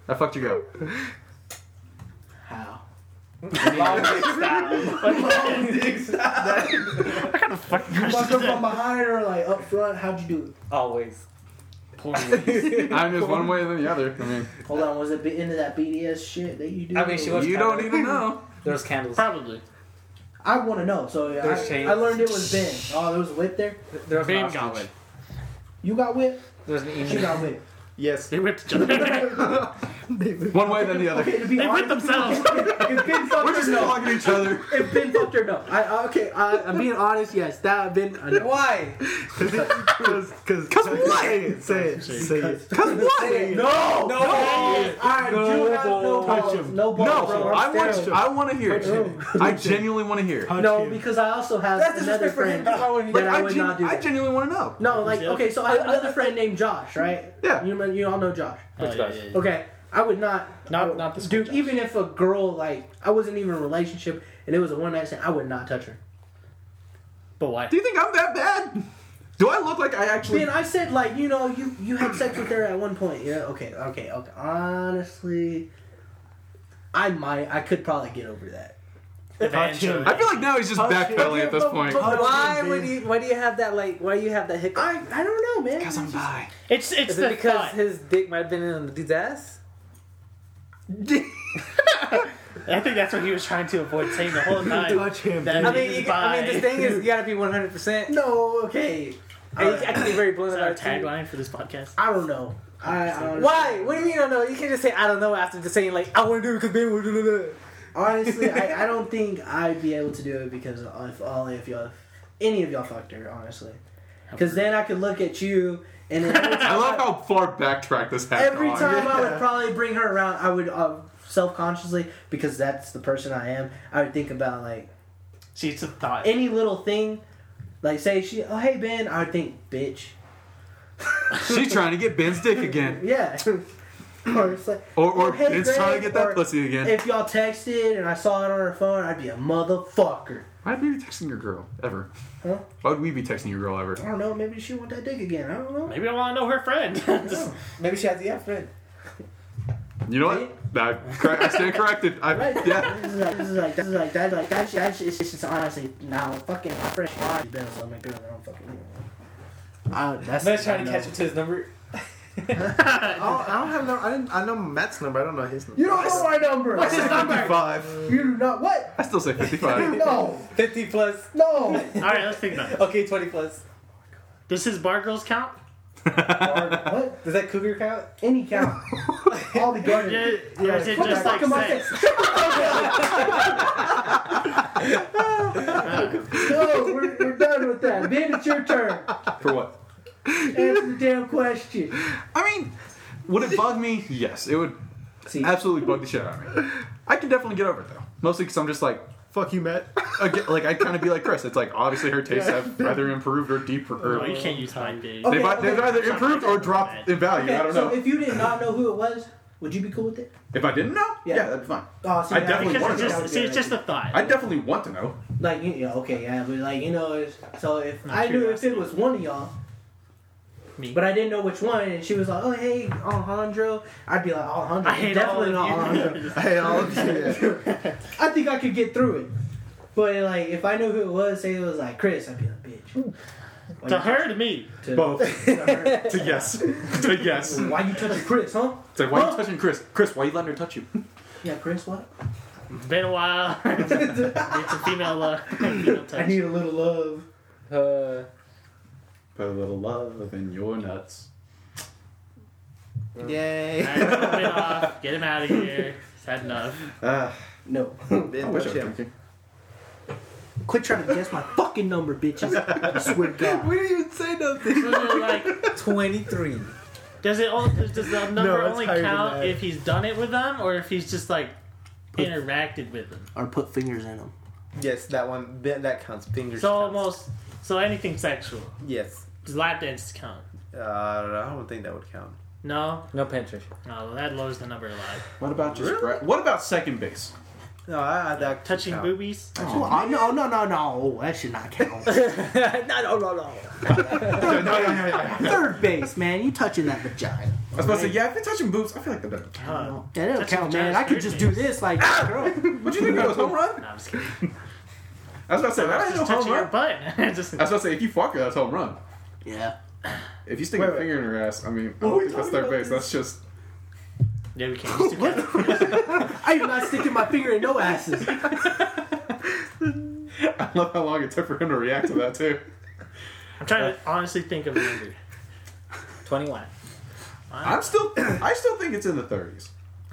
S3: I fucked your girl.
S2: How?
S5: Long dick style.
S2: Fuck them from behind or like up front? How'd you do it?
S5: Always.
S3: I mean, it's one way or the other. I mean,
S2: Hold on, was it be- into that BDS shit that you do?
S5: I mean, she was-
S3: you don't even know.
S5: There's candles.
S1: Probably.
S2: I want to know. So yeah,
S5: There's
S2: I,
S5: chains.
S2: I learned it was Ben. Oh, there was a whip there.
S5: There's an
S1: Bing
S5: ostrich.
S1: goblet.
S2: You got whipped.
S3: *laughs*
S5: There's an
S2: She
S5: email.
S2: got *laughs* whipped.
S4: Yes. *laughs*
S1: They whipped each other.
S3: One way then the *laughs* other.
S2: Okay, to be
S1: they *laughs* whipped
S2: honest,
S1: themselves.
S2: if Ben
S3: We're
S2: fucked
S3: just
S2: her, no.
S3: flogging each other.
S2: If Ben fucked her, no. I, I- okay, I, I'm
S4: *laughs*
S2: being honest. Yes, that would been. I know.
S5: Why?
S4: Because
S3: what?
S4: Say it. Say it. Say it.
S3: Cause what?
S2: No.
S5: No.
S2: All right, no,
S5: No
S2: you got no balls.
S5: balls.
S4: Touch him.
S2: No balls.
S3: No,
S2: bro.
S3: I
S2: I'm
S3: want.
S2: standing.
S3: I want to hear it. I genuinely want to hear it.
S2: No, because I also have
S5: That's
S2: another
S5: disrespectful.
S2: friend
S5: That's why when
S2: that
S5: you-
S2: I
S3: I,
S2: would
S3: gen-
S2: not do.
S3: I
S2: that.
S3: genuinely want to know.
S2: No, like okay, so I have another friend named Josh, right?
S3: Yeah.
S2: You remember, you all know Josh.
S1: Oh, yeah, yeah, yeah.
S2: Okay, I would not.
S1: Not-
S2: I would-
S1: not this
S2: dude.
S1: Josh.
S2: Even if a girl like I wasn't even in a relationship and it was a one night stand, I would not touch her.
S1: But why?
S3: Do you think I'm that bad? Do I look like I actually?
S2: Then I said like you know you you had sex with her at one point. Yeah. Okay. Okay. Okay. Honestly, I might. I could probably get over that.
S1: Evangeline.
S3: I feel like now he's just backpedaling at this point.
S5: Why would you? Why do you have that? Like, why do you have that hiccup?
S2: I I don't know, man.
S3: Because I'm bi.
S1: It's it's
S5: Is
S1: the
S5: it because
S1: thought.
S5: his dick might have been in the dude's ass?
S1: I think that's what he was trying to avoid saying
S4: *laughs*
S1: the whole time.
S4: Touch him.
S1: That
S5: I
S1: he
S5: mean,
S1: is
S5: you, I mean,
S1: bi.
S5: the thing is, you gotta be one hundred percent.
S2: no. Okay.
S5: I, I can be very blunt
S1: Is that our
S5: about it. too.
S1: tagline for this podcast?
S2: I don't know. I, I honestly,
S5: Why? What do you mean? I don't know. You can't just say I don't know after just saying like I want to do it because Ben would do it.
S2: honestly,
S3: *laughs*
S2: I, I don't think I'd be able to do it because if only if y'all, if any of y'all fucked her, honestly. Because then I could look at you and
S3: *laughs*
S2: then every
S3: I
S2: time,
S3: love how far backtracked this has
S2: every
S3: gone.
S2: time I would
S4: Yeah.
S2: probably bring her around, I would uh, self consciously because that's the person I am. I would think about like
S1: See, it's a thought.
S2: any little thing, like say she, oh hey Ben, I would think bitch.
S3: She's trying to get Ben's dick again.
S2: Yeah. *laughs* or it's like,
S3: Or, or
S2: "Oh, hey,
S3: Ben's trying to
S2: Greg,"
S3: get that
S2: or
S3: pussy again.
S2: If y'all texted and I saw it on her phone, I'd be a motherfucker.
S3: Why would we be texting your girl ever?
S2: Huh?
S3: Why would we be texting your girl ever?
S2: I don't know. Maybe she want that dick again. I don't know.
S1: Maybe I want to know her friend. *laughs* Just-
S5: Maybe she has the yeah friend.
S3: You know what? Nah, correct- I stand corrected. I,
S2: Right?
S3: Yeah.
S2: This is like this is like this is like that like that shit. That shit is just honestly now fucking fresh body been on my girl. I don't fucking. Uh, that's
S5: Ben's
S2: I
S5: trying to
S2: know.
S5: catch up to his number.
S4: I don't, I don't have no. I didn't. I know Matt's number. I don't know his number.
S2: You don't know my number.
S1: What's his number? All
S4: Five.
S2: You do not what?
S3: I still say 55.
S2: *laughs* No,
S5: Fifty plus.
S2: no.
S1: right, let's think about it.
S5: Okay, twenty plus.
S1: Does his bar girls count?
S2: What?
S5: Does that cougar count?
S2: Any count? All the
S1: Yeah,
S2: garden.
S1: yeah, is it
S2: What the
S1: just
S2: fuck
S1: like
S2: am I
S1: sex?
S2: saying? No, we're, we're done with that. Ben, it's your turn.
S3: For what?
S2: Answer the damn question.
S3: I mean, would it bug me? Yes, it would
S2: See,
S3: absolutely bug the shit out of me. I can definitely get over it though. Mostly because I'm just like,
S4: Fuck you, Matt.
S3: again, like I kind of be like Chris. It's like obviously her tastes have either improved or deeper.
S1: No,
S3: Or,
S1: you can't use high big.
S2: Oh, Okay,
S3: they've,
S2: okay.
S3: they've either improved or dropped in value. I don't
S2: so
S3: know.
S2: if you did not know who it was, would you be cool with it?
S3: If I didn't know,
S2: Yeah.
S3: yeah, that'd be fine.
S2: Oh, see,
S3: I
S2: now-
S3: definitely
S2: because
S3: wanna
S1: Because
S2: it's
S1: it's
S3: know.
S1: just, see, it's just a thought.
S3: I definitely want
S2: *laughs*
S3: to know.
S2: like you know, okay, yeah, but like you know, it's, so if I knew if it was one of y'all,
S1: Me.
S2: but I didn't know which one, and she was like, "Oh, hey, Alejandro," I'd be like, "Alejandro,
S1: I hate
S2: definitely
S1: all
S2: not
S1: of you.
S2: Alejandro."
S3: *laughs*
S4: Hey, all of you.
S2: I think I could get through it, but like if I knew who it was, say it was like Chris, I'd be like, "Bitch."
S1: *laughs*
S2: Why
S1: to
S2: you
S1: her, to me.
S2: touch- to-
S3: Both.
S2: to her.
S3: to yes. to yes. It's
S2: Why you touching Chris, huh? *laughs*
S3: like, why are you touching Chris? Chris, why are you letting her touch you?
S2: Yeah, Chris, what?
S1: It's been a while. *laughs* it's a *laughs* female, uh, female touch.
S2: I need a little love.
S5: Uh,
S3: Put a little love in your nuts.
S4: Yay.
S1: Alright, cut it off. Get him out of here. He's had enough.
S4: Uh,
S2: No. *laughs*
S3: I
S4: Ben,
S3: wish I was
S4: yeah.
S3: drinking.
S2: Quit trying to guess my fucking number, bitches. I swear to God.
S4: We didn't even say nothing.
S1: So, like,
S5: twenty-three.
S1: does it all, does the number
S4: it's
S1: only
S4: higher than
S1: count
S4: that.
S1: if he's done it with them or if he's just like interacted with them?
S2: Or put fingers in them.
S4: Yes, that one. Ben, that counts. Fingers.
S1: So
S4: counts.
S1: almost, so anything sexual.
S4: Yes.
S1: Does lap dances count?
S4: Uh, I don't know. I don't think that would count.
S1: No,
S5: No penetration.
S1: no, that lowers the number a lot.
S3: What about just
S4: Really?
S3: gra- what about second
S4: *laughs*
S3: base?
S4: No, I, I that
S1: Touching
S4: count.
S1: boobies.
S2: Oh, no, no, no, no. That should not count.
S5: no, no, no, no.
S3: No, no, no, no, no.
S2: Third base, man. You touching that vagina.
S3: I was about to say, yeah, if you're touching boobs, I feel like that doesn't count.
S1: Uh,
S2: Oh, That don't
S1: Touching
S2: count, man.
S1: vaginas,
S2: I could
S1: third
S2: just
S1: base.
S2: do this, like, girl.
S1: *laughs*
S3: What you think that was home run?
S1: no, I'm just kidding.
S3: I was about to say, that ain't no
S1: Just
S3: home
S1: touching your
S3: run.
S1: butt. *laughs* just,
S3: I was about to say, if you fuck her, that's home run.
S2: Yeah.
S3: If you stick
S4: Wait,
S3: a
S4: wait.
S3: finger in her ass, I mean, I
S4: What are
S3: don't
S4: we
S3: think that's
S4: talking
S3: third
S4: about
S3: base.
S4: this?
S3: That's just
S1: yeah, we can't.
S3: *laughs*
S1: Just do that.
S2: *laughs* I am not sticking my finger in no asses.
S3: I love how long it took for him to react to that too.
S1: I'm trying
S3: *laughs*
S1: to honestly think of a number.
S5: Twenty-one.
S3: I'm still, I still think it's in the 30s.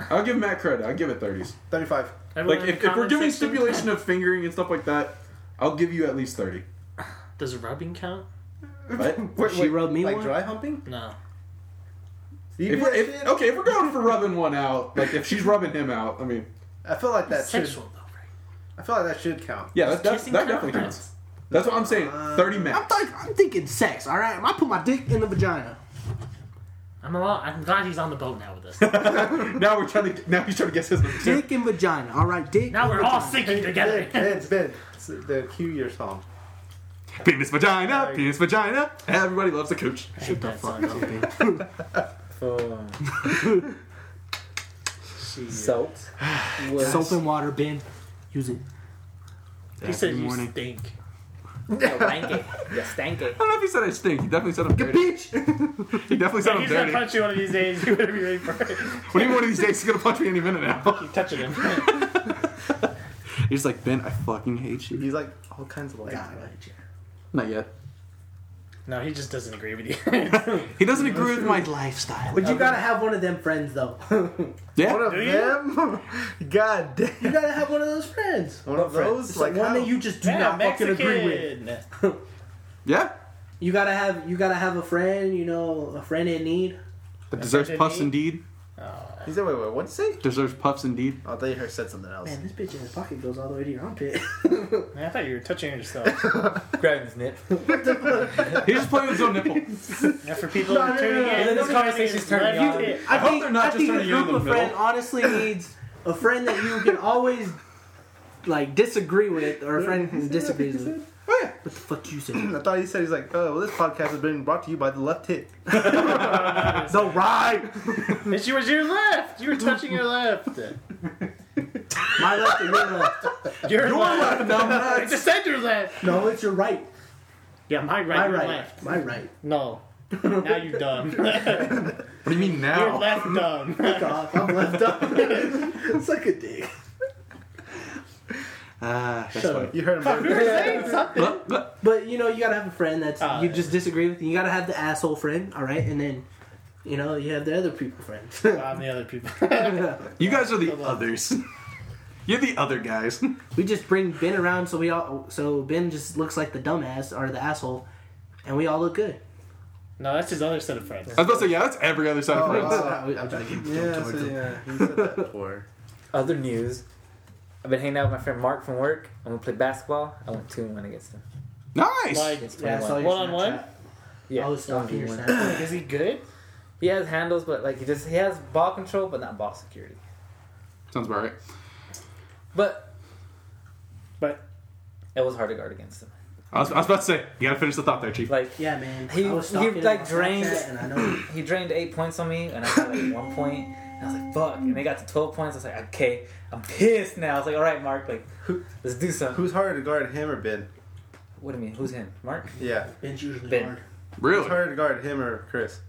S3: I'll give Matt credit. I'll give it 30s.
S4: Thirty-five.
S1: Everyone
S3: Like
S1: in the
S3: if, if we're
S1: comment
S3: giving
S1: section,
S3: stipulation of fingering and stuff like that, I'll give you at least
S4: *laughs*
S3: 30.
S1: does rubbing count?
S3: What?
S4: Wait,
S2: She
S4: wait,
S2: rubbed me
S4: like
S2: one?
S4: dry humping.
S1: No.
S4: You
S3: If
S4: do
S3: we're,
S4: that
S3: if,
S4: shit?
S3: okay, if we're going for rubbing one out, like if she's rubbing him out, I mean,
S4: I feel like that should.
S1: Sexual though, right?
S4: I feel like that should count.
S3: yeah, that's, that's,
S1: Kissing
S3: that definitely counts. That's what Uh, I'm saying. 30
S2: I'm,
S3: max.
S2: think I'm thinking sex, all right? I put my dick in the vagina.
S1: I'm a lot, I'm glad he's on the boat now with us.
S3: *laughs* now we're trying to, now he's trying to guess his number too.
S2: Dick and vagina, all right? Dick.
S1: now
S2: and
S1: we're all
S2: vagina.
S1: sinking
S4: Ben,
S1: together.
S4: Ben, Ben, it's the cue your song.
S3: Penis vagina, penis vagina. Everybody loves the cooch.
S1: I hate that song. too.
S5: *laughs* Um, salt. Was
S2: Soap and water, Ben. Use it.
S1: He said
S3: Every
S1: you
S3: morning.
S1: stink.
S5: You stank it. You stank it.
S3: I don't know if he said I stink. He definitely said I'm dirty.
S2: Bitch!
S3: *laughs* He definitely said I'm
S1: he's gonna
S3: dirty.
S1: punch you one of these
S2: *laughs*
S1: days. You better be ready for it.
S3: What do you mean one of these days? He's gonna punch me any minute now. *laughs*
S1: Keep touching him.
S3: He's like Ben, I fucking hate you.
S4: He's like all kinds of like.
S2: God, I hate you.
S3: Not yet.
S1: No, he just doesn't agree
S2: *laughs*
S1: with you.
S3: He doesn't agree with my lifestyle.
S2: But you gotta have one of them friends though. *laughs* you
S4: One
S3: Yeah.
S4: of
S1: Do you?
S4: them? *laughs* God damn.
S2: gotta have one of those friends.
S4: One of those?
S2: It's
S4: Like,
S2: like one
S4: how?
S2: that you just
S1: *laughs*
S2: do
S1: Yeah,
S2: not fucking agree with.
S1: Mexican.
S3: Yeah.
S2: You gotta have you gotta have a friend, you know, a friend in need.
S3: That deserves puffs indeed.
S1: Oh,
S4: He said, wait, wait, what'd you say?
S3: Deserves puffs indeed.
S4: I thought you heard said something else.
S2: Man, this bitch in his pocket goes all the way to your armpit. *laughs*
S1: Man, I thought you were touching yourself.
S5: Grabbing his nip.
S3: He's just playing with his own *laughs* nipple.
S1: Now for people
S2: *laughs* No, no, no,
S1: tuning
S2: no,
S1: in,
S2: no,
S1: this
S5: no,
S1: conversation
S5: it's turning
S1: left
S5: on.
S1: it.
S3: I hope they're not
S2: I
S3: just
S2: think
S3: trying to
S2: a
S3: get in
S2: group
S3: the
S2: of friend
S3: middle.
S2: *laughs* honestly needs a friend that you can always like disagree with, or a friend who disagrees with.
S4: Oh, yeah.
S2: What the fuck you said?
S4: I thought he said he's like, oh, well, this podcast has been brought to you by the left *laughs* hit. the right.
S1: And she was your left. You were touching your left.
S2: My left or *laughs* your left?
S1: Your,
S3: left,
S1: I just said your left.
S2: *laughs* No, it's your right.
S1: Yeah, my right,
S2: My
S1: your
S2: right.
S1: left.
S2: My right. *laughs*
S1: No. Now you're dumb. *laughs* you're
S3: What do you mean now?
S1: left dumb. *laughs*
S2: Fuck off, I'm left up. *laughs* it's like a dick.
S3: Ah, that's
S2: Shut
S3: funny.
S2: up.
S4: You heard him.
S1: We
S4: *laughs*
S1: were saying something.
S3: Look, look.
S2: But you know, you gotta have a friend that's
S1: Ah,
S2: you
S1: yeah.
S2: just disagree with. You gotta have the asshole friend, all right, and then you know you have the other people friend.
S1: I'm the other people. *laughs*
S3: You guys are the
S1: Good luck.
S3: others. *laughs* You're the other
S2: *laughs*
S3: guys. *laughs*
S2: we just bring Ben around, so we all so Ben just looks like the dumbass or the asshole, and we all look good.
S1: no, that's his other set of friends.
S3: I was about to say, yeah, that's every other side of
S4: Oh,
S3: friends.
S4: wow.
S2: I'm trying to get
S4: Yeah, so, yeah. He said that before.
S5: Other news. I've been hanging out with my friend Mark from work. I'm gonna play basketball. I went two and one against him.
S3: Nice.
S1: Like,
S5: Against
S2: Yeah, I saw
S5: 21.
S2: your
S1: One on one?
S2: Snapchat.
S5: Yeah,
S2: I was stalking your
S5: one on one.
S2: Snapchat.
S1: is he good?
S5: He has handles, but like he just he has ball control, but not ball security.
S3: Sounds about right.
S5: But
S1: But
S5: it was hard to guard against him.
S3: I was, I was about to say, you gotta finish the thought there, Chief.
S5: Like
S2: *laughs* Yeah, man.
S5: He-
S2: I was
S5: he,
S2: stalking him
S5: like,
S2: on Snapchat,
S5: drained-
S2: and I know.
S5: he drained eight points on me, and I got like one point. And I was like, fuck. And they got to twelve points. I was like, okay, I'm pissed now. I was like, all right, Mark, like let's do something.
S4: *laughs* Who's harder to guard, him or Ben?
S5: What do you mean? Who's him? Mark?
S4: Yeah.
S2: Ben's usually
S5: Ben.
S2: hard.
S4: Who's
S3: Really?
S4: harder to guard, him or Chris?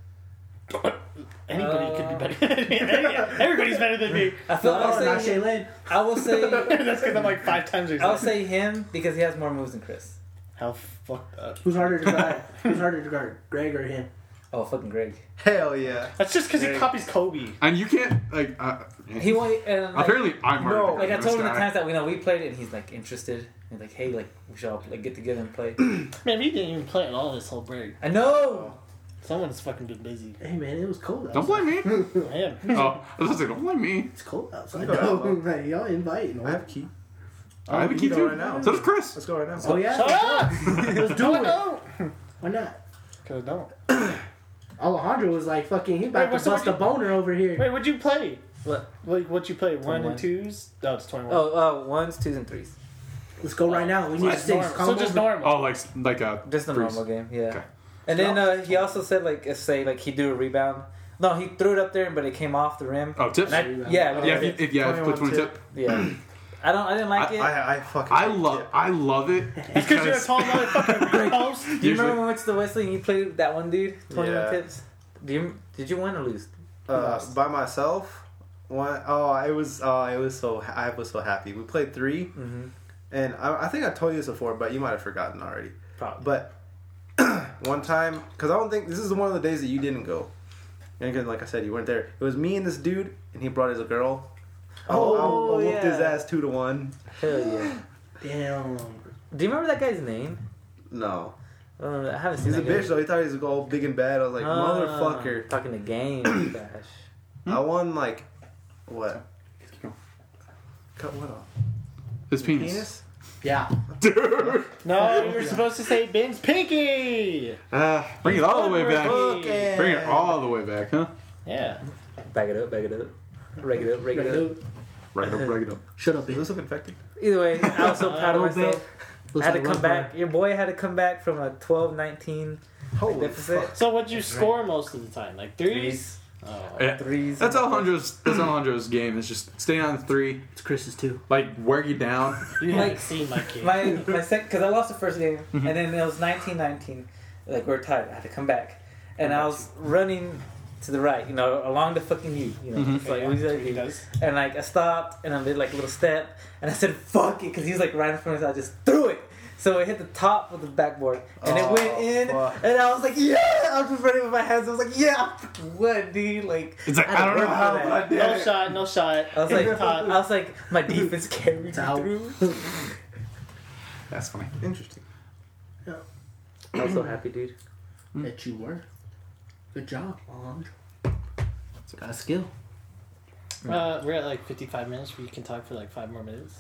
S1: anybody
S5: Uh,
S1: could be better than me. *laughs* Everybody's better than *laughs* me.
S5: I feel.
S2: No,
S5: I'll,
S2: not
S5: say,
S2: Shay Lane.
S5: I will say.
S1: that's because I'm like five times your
S5: I'll
S1: size.
S5: say him because he has more moves than Chris.
S1: How fucked up.
S2: Who's harder to guard? Who's harder to guard? Greg or him?
S5: Oh, fucking Greg.
S4: Hell yeah.
S1: That's just because he
S5: Very-
S1: copies Kobe.
S3: And you can't, like, uh,
S5: He went and
S3: *laughs*
S5: like,
S3: apparently I'm
S4: No,
S3: harder.
S5: like I
S3: than
S5: told him
S3: this
S5: the
S3: guy.
S5: times that we know we played it, and he's like interested. He's like, hey, like we should all like get together and play.
S1: Man, he didn't even play at all this whole break.
S5: I know.
S1: Someone's fucking been busy.
S2: Hey, man, it was cold.
S3: Don't
S2: outside.
S3: blame me. oh,
S1: Him.
S3: I was about to say, don't blame me.
S2: It's cold outside.
S4: Go
S2: No,
S4: out,
S2: *laughs*
S4: Mom.
S2: like, y'all inviting.
S4: I have a key.
S3: I have a
S4: you
S3: key
S4: can
S3: too.
S4: go right now.
S3: So does Chris.
S4: Let's go right now.
S2: Oh yeah.
S1: Shut *laughs* up!
S2: Let's do
S1: No, I
S2: it.
S1: don't.
S2: Why not?
S1: Because I don't.
S2: Alejandro was like, "Fucking, he
S1: Wait,
S2: about
S1: what's
S2: to
S1: the
S2: bust a
S1: one
S2: boner over here."
S1: Wait, what'd you play?
S5: What?
S1: Like, what you play? One and
S5: 21.
S1: twos? No, it's 21.
S5: Oh, uh, ones, twos, and threes.
S2: Let's go right now. We need
S1: That's
S2: six.
S1: normal. So just normal.
S3: Oh, like, like, uh,
S5: Just the
S3: Freeze.
S5: normal game, yeah.
S3: Okay.
S5: And then uh, he also said like if say like he do a rebound. No, he threw it up there, but it came off the rim.
S3: oh, tips?
S5: And I,
S2: Rebound.
S5: yeah,
S3: yeah, if, you, if yeah, if you put
S4: 21
S3: 20 tip.
S5: yeah. I don't. I didn't like it.
S4: Oh, I, I fucking
S3: I love, I love it.
S1: It's because you're a tall
S5: *laughs*
S1: motherfucker. You're a post.
S5: do you remember
S3: usually-
S5: when we went to the Wesley and you played that one dude twenty one
S4: Yeah.
S5: tips? Do you did you win or lose?
S4: uh, by myself. One, oh, it was oh, it was so I was so happy. We played 3
S5: Mm-hmm.
S4: and I, I think I told you this before, but you might have forgotten already.
S5: Probably.
S4: But *clears throat* one time, because I don't think this is one of the days that you didn't go, and 'cause, like I said, you weren't there. It was me and this dude, and he brought his girl.
S5: Oh,
S4: I, I whooped his
S5: yeah.
S4: ass two to one.
S5: Hell yeah.
S2: Damn.
S5: Do you remember that guy's name?
S4: No,
S5: I don't know. I haven't seen.
S4: he's a
S5: that guy.
S4: bitch though. He thought he was all big and bad. I was like,
S5: Ah, Hmm?
S4: motherfucker.
S5: Talking the game. *coughs* Gosh.
S4: I won like what?
S3: going.
S4: Cut what off?
S3: His penis.
S4: Penis?
S2: Yeah.
S3: *laughs* Dude.
S1: No, you were supposed to say Ben's pinky.
S3: Uh, bring it all the way back.
S1: Okay.
S3: Bring it all the way back, huh?
S1: Yeah.
S5: Back it up. Back it up. Rake it up. Rake it up.
S3: Right up, right up.
S2: Shut up,
S4: Is
S2: bitch.
S4: this look infected?
S5: Either way, *laughs* I was so proud of
S2: Little bit.
S5: myself.
S2: Looks
S5: had to
S2: like
S5: come
S2: Rosemary.
S5: back. Your boy had to come back from a 12-19
S4: Holy
S5: deficit.
S4: fuck.
S1: So what'd you score most of the time? Like threes?
S5: Threes.
S1: Oh.
S3: *laughs* Yeah.
S5: Threes.
S3: That's Alejandro's. That's Alejandro's game. Is just staying on three,
S2: It's Chris's too.
S3: like wear you down.
S1: You haven't
S5: Like,
S1: seen my kid.
S5: My my second because I lost the first game and then it was 19-19. Like we are tied. I had to come back, and I was running to the right. You know, along the fucking U. You know, it's like
S1: Yeah,
S5: what
S1: that's
S5: do
S1: what he
S5: you do?
S1: does.
S5: And like I stopped and I did like a little step and I said fuck it because he was like right in front of me. So I just threw it. So it hit the top of the backboard and it
S4: Oh,
S5: went in,
S4: fuck.
S5: and I was like, yeah! I was just running with my hands. I was like, yeah, I freaking won, dude. Like,
S3: It's like,
S5: I
S3: I don't know
S5: don't
S3: how,
S5: know
S3: but I did.
S1: No
S3: it.
S1: shot, no shot.
S5: I was like, I *laughs*
S1: Top.
S5: was like, my *laughs* defense carried me
S2: It's out.
S5: through.
S3: That's funny.
S4: Interesting.
S5: I was so happy, dude.
S1: Hmm.
S2: that you were. Good job, Alejandro. Got a skill.
S1: Uh, we're at like 55 minutes. We can talk for like five more minutes.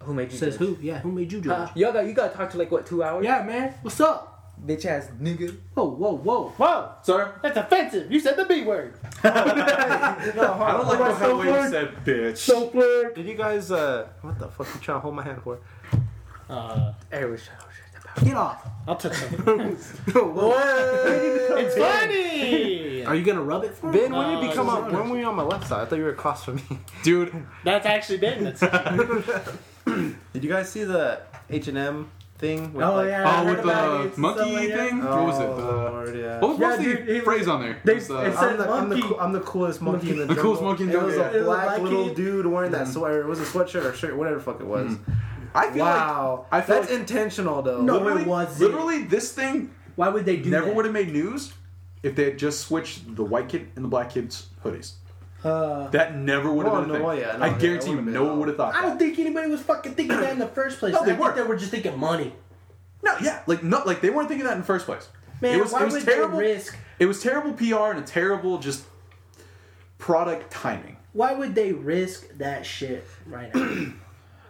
S5: Who made you?
S2: Says who? Yeah, who made you
S3: Uh,
S2: judge?
S5: Y'all got you got to talk to like what two hours?
S2: yeah, man. What's up?
S5: bitch ass nigga.
S2: Whoa, whoa, whoa.
S1: Whoa,
S3: Sir,
S1: that's offensive. You said the B word.
S3: I don't like the how Wayne said bitch. So
S4: Did you guys? uh What the fuck? You trying to hold my hand for?
S1: Uh,
S5: Every show.
S2: Get
S3: *laughs*
S2: off.
S1: I'll touch something.
S5: What?
S1: it's funny.
S2: Are you gonna rub it for me?
S4: Ben, when did
S1: No,
S4: you become
S1: it's
S4: on? When were you on my left side? I thought you were across from me. *laughs*
S3: Dude,
S1: That's actually Ben. That's
S4: Did you guys see the H and M thing? With,
S5: Oh
S4: like-
S5: yeah. I
S3: oh,
S5: heard
S3: with
S5: about it.
S3: the
S5: It's
S3: monkey
S5: so, yeah.
S3: thing?
S4: Oh,
S3: what was it? The,
S4: Lord, yeah.
S3: what was
S5: Yeah,
S3: what's the
S5: dude, it-
S3: phrase on there?
S5: they-
S3: It was, uh,
S5: it's-
S4: I'm the, I'm, the,
S5: monkey.
S4: coo- I'm the coolest monkey in the
S3: The
S4: jungle.
S3: coolest monkey in the
S4: It was
S3: jungle,
S4: a
S5: yeah.
S4: black
S5: It was a
S4: little
S5: monkey.
S4: dude wearing that sweater. It was a sweatshirt or shirt, whatever the fuck it was.
S3: Mm-hmm. I feel
S4: Wow,
S3: like I feel
S4: that's
S3: like
S4: intentional though.
S2: No, it
S3: literally,
S2: wasn't.
S3: literally this thing
S2: Why would they do
S3: never
S2: that?
S3: would have made news if they had just switched the white kid and the black kid's hoodies.
S5: Uh,
S3: That never would have
S4: Well,
S3: been a
S4: no,
S3: thing.
S4: yeah, no,
S3: I
S4: yeah,
S3: guarantee
S4: it
S3: you,
S4: would've
S3: no
S4: been,
S3: one would have thought
S2: I
S3: that.
S2: don't think anybody was fucking thinking that in the first place.
S3: No, they
S2: I
S3: weren't.
S2: think they were just thinking money.
S3: No, yeah, like not like they weren't thinking that in the first place.
S2: Man,
S3: it was,
S2: why
S3: it was
S2: would
S3: terrible.
S2: they risk?
S3: It was terrible PR and a terrible just product timing.
S2: Why would they risk that shit right now?
S3: *clears throat*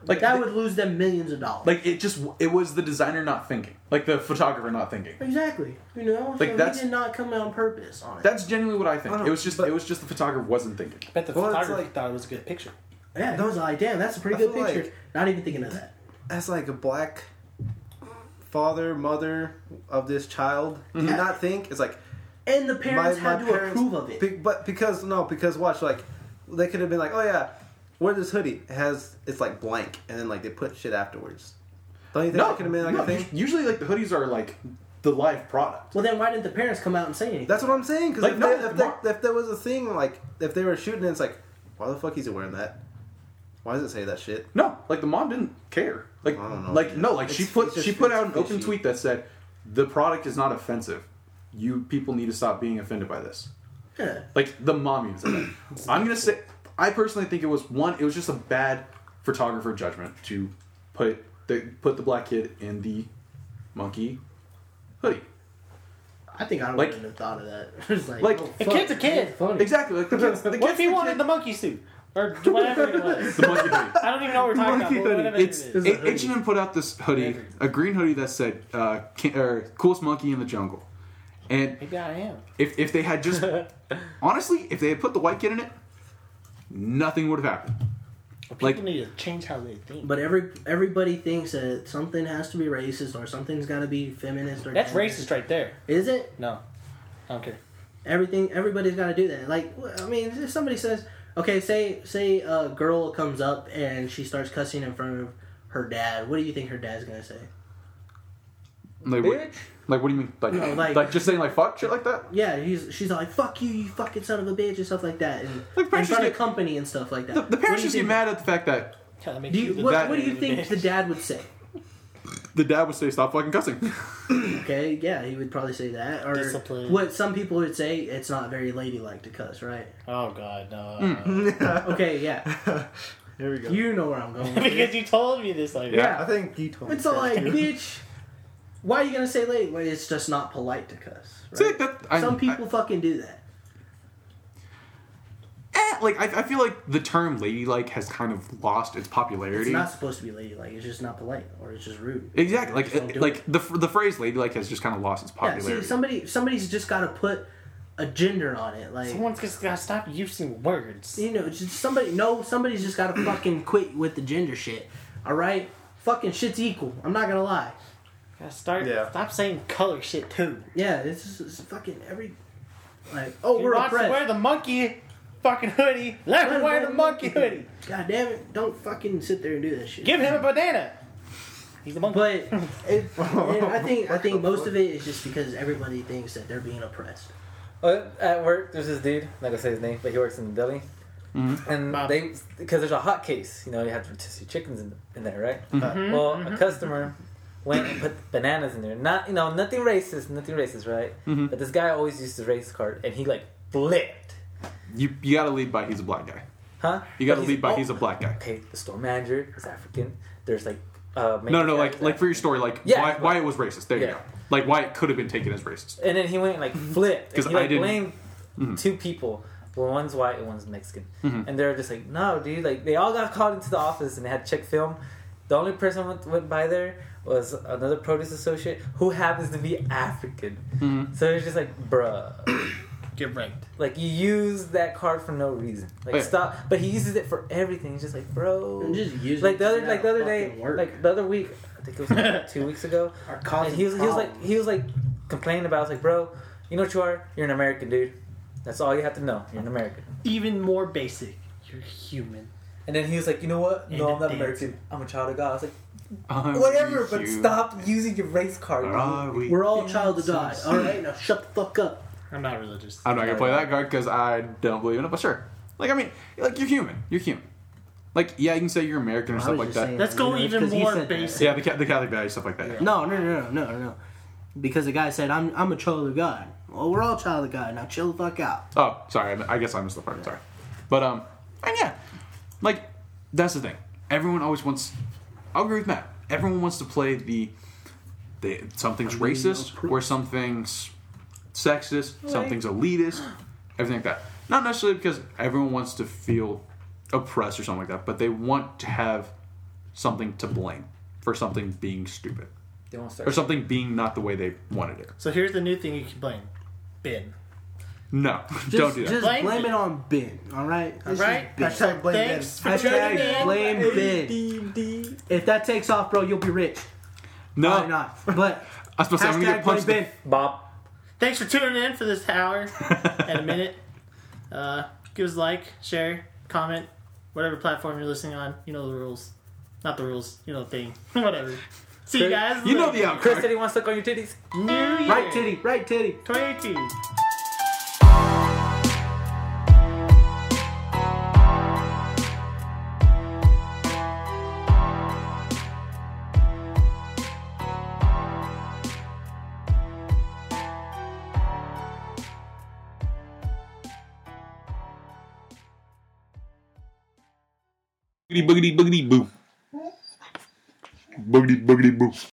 S3: Like
S2: that
S3: they-
S2: would lose them millions of dollars.
S3: like it just it was the designer not thinking, like the photographer not thinking.
S2: exactly. You know,
S3: Like,
S2: so
S3: that's-
S2: they did not come on purpose on it.
S3: That's genuinely what I think.
S4: I don't-
S3: it was just
S4: but-
S3: it was just the photographer wasn't thinking.
S1: bet the
S4: Well, it's
S1: photographer
S4: like-
S1: thought it was a good picture.
S2: yeah, that was like, damn, that's a pretty
S4: I
S2: good
S4: feel
S2: picture.
S4: like-
S2: not even thinking of that.
S4: as like a black father, mother of this child, did
S3: Mm-hmm.
S2: Yeah.
S4: not think it's like
S2: And the parents had to approve of it.
S4: Be, but because no, because watch like they could have been like, oh yeah, wear this hoodie it has it's like blank, and then like they put shit afterwards. Don't you think that could have been like
S3: no,
S4: a thing?
S3: usually like the hoodies are like the live product.
S2: well, then why didn't the parents come out and say anything?
S4: That's what I'm saying. Because
S3: Like,
S4: if,
S3: no,
S4: they- if,
S3: Mar-
S4: they- if there was a thing like if they were shooting, it's like, why the fuck is he wearing that? Why does it say that shit?
S3: No, like the mom didn't care. Like
S4: I don't know,
S3: like
S4: dude.
S3: no, like she
S4: It's-
S3: put
S4: it's just-
S3: she put
S4: it's
S3: out an open
S4: fishy.
S3: tweet that said the product is not offensive. You people need to stop being offended by this.
S2: Yeah.
S3: Like the mom even said
S1: *coughs*
S3: that. I'm gonna say I personally think it was one. It was just a bad photographer judgment to put the put the black kid in the monkey hoodie.
S2: I think I
S3: Like-
S2: wouldn't have thought of that. *laughs* It's like,
S3: Like,
S2: oh,
S3: a
S2: fuck,
S1: kid's a kid.
S2: it's Funny.
S3: Exactly. Like the kids, the
S1: What
S3: kids
S1: if he wanted the monkey suit or whatever it was?
S3: *laughs* the monkey hoodie?
S1: I don't even know what we're talking
S4: Monkey
S1: about. but
S4: hoodie.
S1: Whatever
S3: It's
S1: it is.
S2: a hoodie.
S3: H and M put out this hoodie, a green hoodie that said uh, can, or "coolest monkey in the jungle," and
S1: Maybe I am.
S3: If if they had just
S2: *laughs*
S3: honestly, if they had put the white kid in it, nothing would have happened. Like-
S1: People need to change how they think.
S2: But every everybody thinks that something has to be racist or something's got to be feminist or
S1: That's
S2: feminist.
S1: racist right there.
S2: Is it?
S1: No, I don't care.
S2: Everything everybody's got to do that. Like wh- I mean, if somebody says, okay, say say a girl comes up and she starts cussing in front of her dad. What do you think her dad's gonna say?
S3: Like what,
S5: bitch.
S3: like what do you mean? Like,
S2: No,
S3: like
S2: like-
S3: just saying like fuck shit like that?
S2: Yeah, he's she's like, fuck you, you fucking son of a bitch, and stuff like that, and
S3: Like,
S2: in
S3: parents
S2: front
S3: just
S2: of
S3: get-
S2: company and stuff like that.
S3: The, the
S2: What do
S3: parents
S2: you
S3: just get
S2: think-
S3: mad at the fact that
S1: Kinda makes
S2: Do you,
S1: the
S2: what,
S1: bad
S2: what do you
S1: guy,
S2: think the
S1: bitch.
S2: dad would say?
S3: the dad would say stop fucking cussing.
S2: Okay, yeah, he would probably say that. Or
S1: Discipline.
S2: what some people would say, it's not very ladylike to cuss, right?
S1: *laughs* Oh god, no.
S2: Okay, yeah.
S4: Here we go.
S2: You know where I'm going.
S1: *laughs*
S2: with
S1: because
S2: it.
S1: you told me this like
S3: Yeah.
S4: I think you told me.
S2: It's all
S4: that,
S2: like,
S4: too.
S2: bitch, why are you going to say late? Well, it's just not polite to cuss. Right?
S3: See, like that, I,
S2: Some
S3: I-
S2: people fucking do that.
S3: eh, like I, I feel like the term ladylike has kind of lost its
S2: It's
S3: popularity.
S2: not supposed to be ladylike. It's just not polite or it's just rude.
S3: exactly.
S2: Just don't
S3: Like
S2: do
S3: like
S2: it.
S3: the the phrase ladylike has just kind of lost its
S2: Yeah,
S3: popularity.
S2: see, somebody, somebody's just got to put a gender on it. Like,
S1: Someone's just gotta stop using words.
S2: you know, just somebody, no, somebody's just got to fucking quit with the gender shit. All right? Fucking shit's equal. I'm not going to lie.
S1: Gotta start.
S4: Yeah.
S1: Stop saying color shit too.
S2: Yeah, it's just it's fucking every. Like,
S1: If
S2: oh,
S1: you
S2: we're
S1: want to
S2: oppressed.
S1: wear the monkey fucking hoodie. Let him wear the monkey hoodie.
S2: God damn it! Don't fucking sit there and do that shit.
S1: Give him a banana. He's a monkey.
S2: But it, and I think I think most of it is just because everybody thinks that they're being oppressed.
S5: Uh, at work, there's this dude. I'm not gonna say his name, but he works in the deli.
S3: Mm-hmm.
S5: And
S1: Bob.
S5: they,
S3: Mm-hmm.
S5: because there's a hot case, you know, you have rotisserie chickens in, in there, right? Well, a customer went and put bananas in there. Not you know nothing racist, nothing racist, right?
S3: Mm-hmm.
S5: But this guy always used his race card, and he like flipped,
S3: You you gotta lead by he's a black guy.
S5: huh?
S3: You gotta
S5: But
S3: lead by
S5: oh,
S3: he's a black guy.
S5: Okay, the store manager is African. There's like uh, main
S3: No, no, no, like
S5: character-
S3: like for your story, like
S5: Yeah,
S3: why,
S5: right.
S3: why it was racist. There you
S5: Yeah.
S3: go. Like why it could have been taken as racist.
S5: And then he went and like
S3: Mm-hmm.
S5: flipped.
S3: 'Cause
S5: Because like,
S3: I didn't- Mm-hmm.
S5: blamed two people. Well, one's white and one's Mexican. And they're just like, no, dude. Like they all got called into the office and they had check film. The only person went, went by there was another produce associate who happens to be African.
S3: Mm-hmm.
S5: So it's just like, bruh,
S1: Get ranked.
S5: like you use that card for no reason. Like
S3: Oh, yeah.
S5: stop. But he uses it for everything. He's just like, bro.
S2: And just use
S5: like
S2: it
S5: the other,
S2: to
S5: like the other
S2: fucking
S5: day,
S2: work.
S5: like the other week. I think it was like two weeks ago.
S2: Our
S5: And he was, he was like he was like complaining about. I was like, bro, you know what you are? You're an American, dude. That's all you have to know. You're an American.
S1: Even more basic. You're human.
S5: And then he was like, you know what?
S1: And
S5: No, I'm not
S1: dance.
S5: American. I'm a child of God. I was like,
S3: Are
S5: whatever, but
S3: you- Uh,
S5: stop using your race card. dude."
S3: Are we?
S2: we're all child of God.
S5: Jesus.
S2: All right, now shut the fuck up.
S1: I'm not religious.
S3: I'm not gonna play that card because I don't believe in it. But sure, like I mean, like you're human. You're human. Like yeah, you can say you're American or
S2: I was
S3: stuff like
S2: just
S3: that.
S2: saying,
S1: Let's go
S2: you know, it's
S1: even
S2: 'cause he
S1: more
S2: said that.
S1: basic.
S3: Yeah, the, Ca- the Catholic value stuff like that.
S2: No, no, no, no, no, no. Because the guy said, "I'm, I'm a child of God." Well, we're all child of God. Now chill the fuck out.
S3: Oh, sorry. I I guess I missed the part. Sorry. But um, and yeah, like that's the thing. Everyone always wants. I agree with Matt. Everyone wants to play the, the something's racist or something's sexist, something's elitist, everything like that. Not necessarily because everyone wants to feel oppressed or something like that, but they want to have something to blame for something being stupid
S5: They won't start.
S3: or something being not the way they wanted it.
S1: So here's the new thing you can blame. Bin.
S3: No, *laughs*
S2: Just,
S3: don't do that.
S2: Just
S1: Blame
S2: blame,
S1: Ben.
S2: it on Ben. All right. This is
S1: Right?
S2: Ben.
S4: Hashtag blame Ben.
S1: Thanks for tuning
S2: Hashtag
S1: in.
S2: blame Ben.
S5: DMD.
S2: If that takes off, bro, you'll be rich.
S3: no,
S2: Probably not. But
S3: I was supposed to say Uh, *laughs* I'm gonna
S2: hashtag
S3: get punched.
S2: blame
S3: in the
S2: Ben.
S5: Bob.
S1: Thanks for tuning in for this hour
S3: *laughs*
S1: and a minute. Uh, give us a like, share, comment, whatever platform you're listening on. You know the rules. Not the rules. You know the thing. *laughs* whatever. See you guys.
S3: You know
S1: later.
S3: the outcome.
S5: Chris said he wants to suck on your titties.
S1: New Year.
S2: Right titty. Right titty.
S1: 2018.
S3: Boogity boogity boogity boo. Boogity boogity boo.